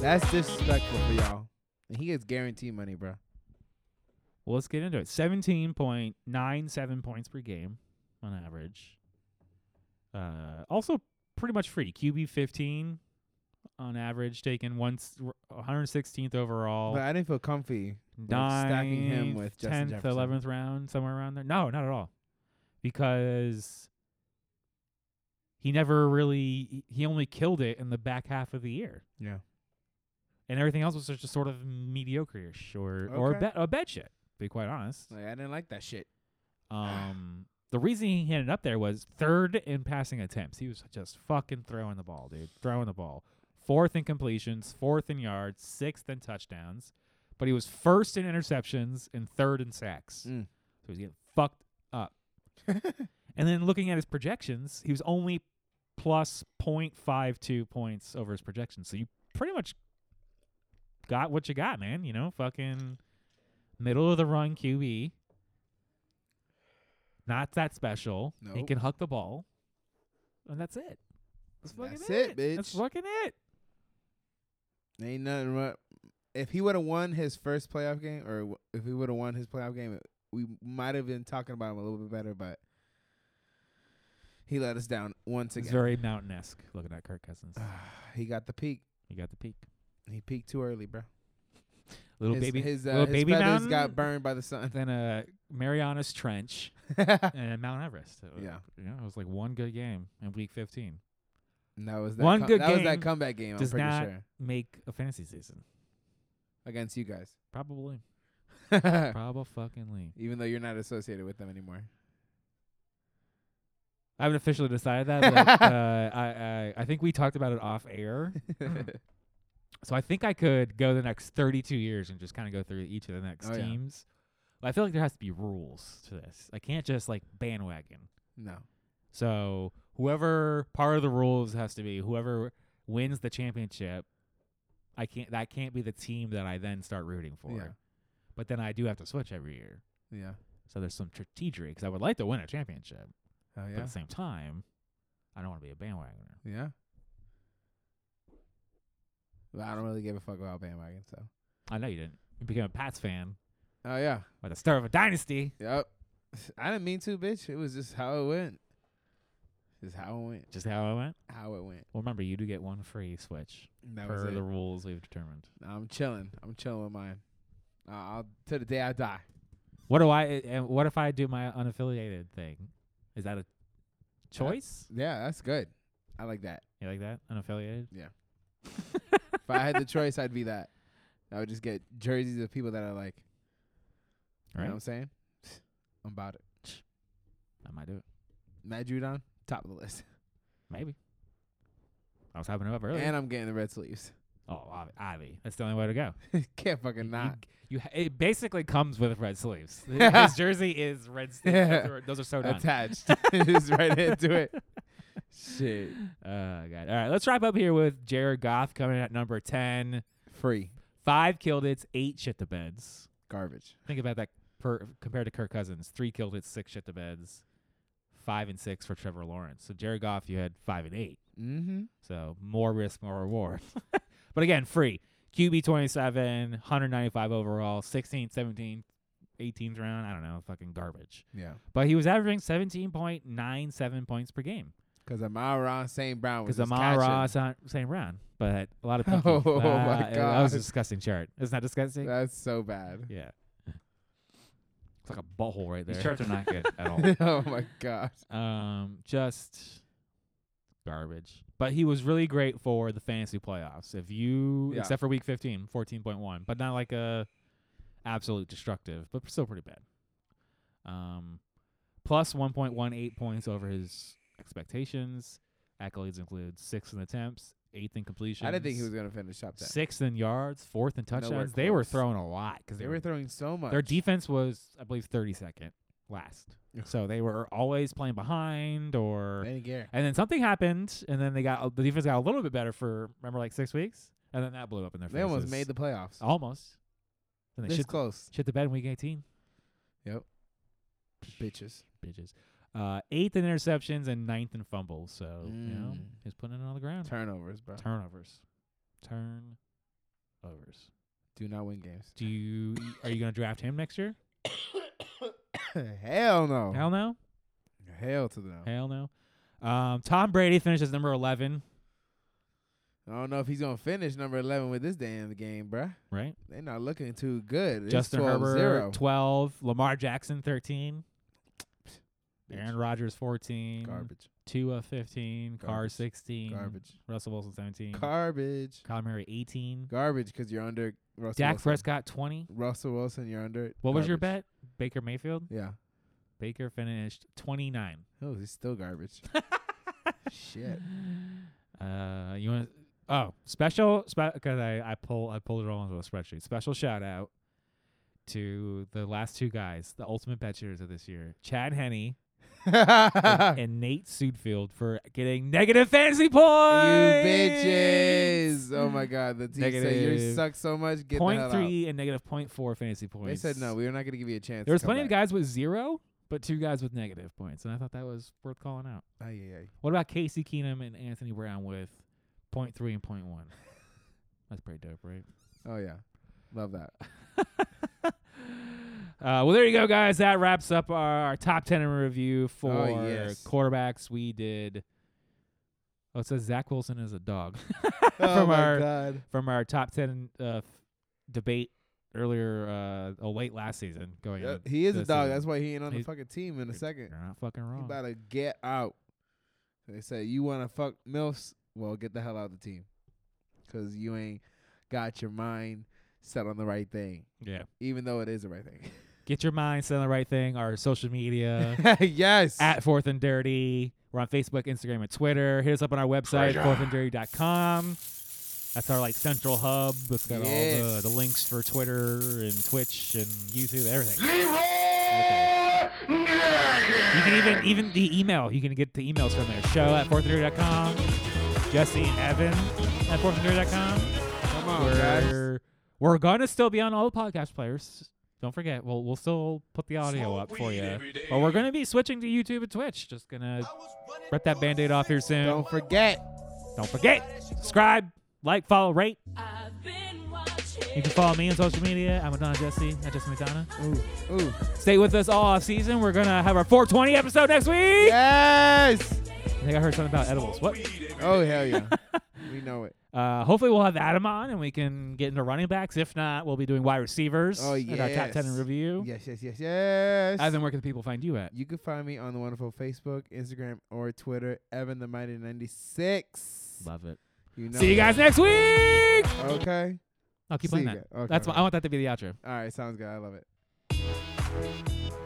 S2: That's disrespectful for y'all. And he gets guaranteed money, bro.
S1: Well, let's get into it. Seventeen point nine seven points per game on average. Uh, also pretty much free. QB fifteen on average, taken once one hundred sixteenth overall.
S2: But I didn't feel comfy.
S1: Nine,
S2: stacking him with Justin
S1: tenth,
S2: Jefferson.
S1: eleventh round, somewhere around there. No, not at all, because he never really. He only killed it in the back half of the year,
S2: Yeah.
S1: and everything else was just sort of mediocre-ish or or
S2: Okay.
S1: bet a bed shit. To be quite honest,
S2: Like, I didn't like that shit.
S1: um, the reason he ended up there was third in passing attempts. He was just fucking throwing the ball, dude. Throwing the ball. Fourth in completions, fourth in yards, sixth in touchdowns. But he was first in interceptions and third in sacks.
S2: Mm.
S1: So he's getting fucked
S2: [LAUGHS]
S1: up. and then looking at his projections, he was only plus 0.52 points over his projections. So you pretty much got what you got, man. You know, fucking middle of the run QB. Not that special. He
S2: Nope.
S1: can huck the ball. And that's it. That's fucking
S2: That's it,
S1: That's
S2: bitch.
S1: fucking it.
S2: Ain't nothing. Right. If he would have won his first playoff game, or w- if he would have won his playoff game, we might have been talking about him a little bit better. But he let us down once
S1: It's
S2: again.
S1: very mountain esque looking at Kirk Cousins.
S2: Ah. he got the peak.
S1: You got the peak.
S2: He peaked too early, bro.
S1: Little
S2: his,
S1: baby,
S2: His, uh,
S1: little
S2: his
S1: baby
S2: feathers
S1: mountain.
S2: got burned by the sun. [LAUGHS]
S1: Then a Marianas Trench and Mount Everest. It was-
S2: Yeah.
S1: you know, it was like one good game in week 15.
S2: And that was that
S1: One
S2: com-
S1: good
S2: that was
S1: game
S2: that comeback game. I'm
S1: does
S2: pretty
S1: not-
S2: sure
S1: Make a fantasy season,
S2: against you guys. [LAUGHS]
S1: probably, [LAUGHS] probably fucking.
S2: Even though you're not associated with them anymore.
S1: I haven't officially decided that,
S2: [LAUGHS]
S1: but uh, I, I I think we talked about it off air. So I think I could go the next 32 years and just kind of go through each of the next
S2: Oh, yeah.
S1: teams. But I feel like there has to be rules to this. I can't just like bandwagon.
S2: [LAUGHS] no.
S1: So whoever part of the rules has to be whoever wins the championship. I can't. That can't be the team that I then start rooting for.
S2: Yeah.
S1: But then I do have to switch every year.
S2: Yeah.
S1: So there's some strategery because I would like to win a championship,
S2: Oh
S1: but
S2: yeah.
S1: at the same time, I don't want to be a bandwagoner.
S2: Yeah. Well, I don't really give a fuck about bandwagon, so.
S1: I know you didn't. You became a Pats fan
S2: Oh yeah.
S1: by the start of a dynasty.
S2: Yep. [LAUGHS] I didn't mean to, bitch. It was just how it went. Just how it went.
S1: Just how I went.
S2: How it went.
S1: Well, remember you do get one free switch
S2: That was
S1: per
S2: it.
S1: the rules we've determined.
S2: I'm chilling. I'm chilling with mine. Uh, I'll to the day I die.
S1: What do I? And what if I do my unaffiliated thing? Is that a choice?
S2: Yeah, that's good. I like that.
S1: You like that? Unaffiliated?
S2: If I had the choice, I'd be that. I would just get jerseys of people that I like. You
S1: Right.
S2: know what I'm saying? I'm about it.
S1: I might do it.
S2: Matt Judon, top of the list.
S1: Maybe. I was hyping him up earlier.
S2: And I'm getting the red sleeves. [LAUGHS]
S1: oh, Avi, Avi. That's the only way to go.
S2: Can't fucking not.
S1: You, ha- it basically comes with red sleeves. His jersey is red sleeves. Those, are, those are so done.
S2: Attached. [LAUGHS] just right into it.
S1: [LAUGHS]
S2: Shit.
S1: Oh god. All right, let's wrap up here with Jared Goff coming in at number ten.
S2: Free.
S1: Five killed its, eight shit the beds.
S2: Garbage.
S1: Think about that per, compared to Kirk Cousins. Three killed its, six shit the beds. Five and six for Trevor Lawrence. So Jared Goff, you had five and eight.
S2: Mm-hmm.
S1: So more risk, more reward. [LAUGHS] but again, free. QB 27, 195 overall, 16th, 17th, 18th round. I don't know, fucking garbage.
S2: Yeah.
S1: But he was averaging 17.97 points per game.
S2: Because Amara Ross St. Brown was
S1: Because
S2: just
S1: Amon Ra,
S2: catching.
S1: sa- same round, but a
S2: [LAUGHS]
S1: lot of pinky.
S2: Oh, my
S1: That was a
S2: God.
S1: disgusting chart. Isn't that disgusting?
S2: That's
S1: [LAUGHS]
S2: so bad. [LAUGHS]
S1: yeah. It's like a butthole right
S6: These
S1: there.
S6: charts are not
S1: [LAUGHS]
S6: good at all.
S2: oh my gosh.
S1: um, just garbage. But he was really great for the fantasy playoffs. If you,
S2: Yeah.
S1: except for week 15, 14.1, but not like a absolute destructive, but still pretty bad. Um, plus 1.18 points over his expectations. Accolades include six in attempts, eighth in completion.
S2: I didn't think he was gonna finish top ten.
S1: sixth in yards, fourth in
S2: Nowhere
S1: touchdowns. They were
S2: close.
S1: throwing a lot because
S2: They were throwing so much.
S1: their defense was, I believe, thirty second last.
S2: Ugh.
S1: so they were always playing behind, or
S2: They didn't care.
S1: and then something happened, and then they got the defense got a little bit better for remember like six weeks, and then that blew up in their faces.
S2: They almost made the playoffs.
S1: [LAUGHS] almost. And they
S2: This
S1: shit,
S2: close.
S1: shit the bed in week eighteen,
S2: Bitches.
S1: bitches. Uh, eighth in interceptions and ninth in fumbles. So you know
S2: Mm.
S1: he's putting it on the ground.
S2: Turnovers, bro.
S1: [LAUGHS] Turnovers, turn overs.
S2: Do not win games. [LAUGHS]
S1: Do you are you gonna draft him next year?
S2: Hell no.
S1: Hell no.
S2: Hell to the no.
S1: Oh. Hell no. Um, Tom Brady finishes number 11,
S2: I don't know if he's gonna finish number eleven with this damn game, bruh.
S1: right?
S2: They're not looking too good. It's
S1: Justin
S2: 12
S1: Herbert,
S2: 0.
S1: 12. Lamar Jackson, 13.
S2: Bitch.
S1: Aaron Rodgers, 14.
S2: Garbage.
S1: Tua, 15. Carr,
S2: Garbage.
S1: 16.
S2: Garbage.
S1: Russell Wilson, 17.
S2: Garbage.
S1: Kyle Murray, 18.
S2: Garbage because you're under Russell
S1: Dak
S2: Wilson.
S1: Prescott, 20.
S2: Russell Wilson, you're under. it.
S1: What was your
S2: Garbage.
S1: bet? Baker Mayfield?
S2: Yeah.
S1: Baker finished 29.
S2: Oh, he's
S1: [LAUGHS]
S2: still garbage. Shit. [LAUGHS]
S1: Uh, you want oh special because I I pull I pulled it all into a spreadsheet. Special shout out to the last two guys, the ultimate bet cheaters of this year, Chad
S2: [LAUGHS]
S1: Henney and,
S2: you
S1: and Nate Sudfield for getting negative fantasy points. You
S2: bitches. Oh my god. The team said you
S1: Negative.
S2: suck so much. Get the
S1: Point
S2: hell out.
S1: three and negative point four fantasy
S2: They
S1: points.
S2: said no. We are not gonna give you a chance.
S1: There was
S2: to
S1: plenty
S2: come
S1: of guys with zero, but two guys with negative points, and I thought that was worth calling out.
S2: back. Ay, ay, ay.
S1: What about Casey Keenum and Anthony Brown with point three and point
S2: [LAUGHS]
S1: one? That's pretty dope, right?
S2: Oh yeah. Love that.
S1: Uh, well, there you go, guys. That wraps up our, our top ten in review for
S2: Oh, yes.
S1: quarterbacks. We did. Oh, it says Zach Wilson is a dog
S2: [LAUGHS]
S1: [LAUGHS]
S2: oh
S1: From
S2: my
S1: our-
S2: god.
S1: from our top ten uh, f- debate earlier, uh, oh, late last season. Going,
S2: Yeah,
S1: in
S2: he is a
S1: this
S2: dog.
S1: season.
S2: That's why he ain't on the
S1: He's-
S2: fucking team in a second.
S1: You're not fucking
S2: He
S1: wrong.
S2: about to get out. They say you want to fuck milfs. Well, get the hell out of the team, cause you ain't got your mind set on the right thing.
S1: yeah,
S2: Even though it is the right thing.
S1: get your mind set on the right thing. Our social
S2: [LAUGHS]
S1: media
S2: yes.
S1: at Fourth and Dirty. We're on Facebook, Instagram, and Twitter. Hit us up on our website, fourthanddirty.com. That's our like central hub. That's got all
S2: Yes.
S1: the, the links for Twitter and Twitch and YouTube, everything. You can even even the email. You can get the emails from there. Show at fourthanddirty.com. Jesse and Evan at fourthanddirty.com.
S2: Come on, guys.
S1: We're we're gonna still be on all the podcast players. Don't forget, we'll we'll still put the audio up for you. But we're gonna be switching to YouTube and Twitch. Just gonna rip that band-aid off here soon.
S2: Don't forget.
S1: Don't forget, subscribe, like, follow, rate. You can follow me on social media. I'm Madonna Jesse at Jesse Madonna.
S2: Ooh,
S1: [LAUGHS]
S2: ooh.
S1: Stay with us all off season. We're gonna have our 420 episode next week.
S2: Yes.
S1: I think I heard something about edibles. What?
S2: Oh hell yeah. we know it.
S1: Uh, hopefully we'll have Adam on and we can get into running backs. If not, we'll be doing wide receivers
S2: Oh
S1: in our top
S2: yes.
S1: ten in review.
S2: Yes, yes, yes, yes.
S1: Evan, where can the people find you at?
S2: you can find me on the wonderful Facebook, Instagram, or Twitter, Evan the Mighty ninety six.
S1: Love it.
S2: You know
S1: See you
S2: it.
S1: guys next week.
S2: Okay.
S1: I'll keep
S2: See
S1: playing
S2: you
S1: that.
S2: again. Okay,
S1: That's my,
S2: okay.
S1: I want that to be the outro.
S2: All right, sounds good. I love it.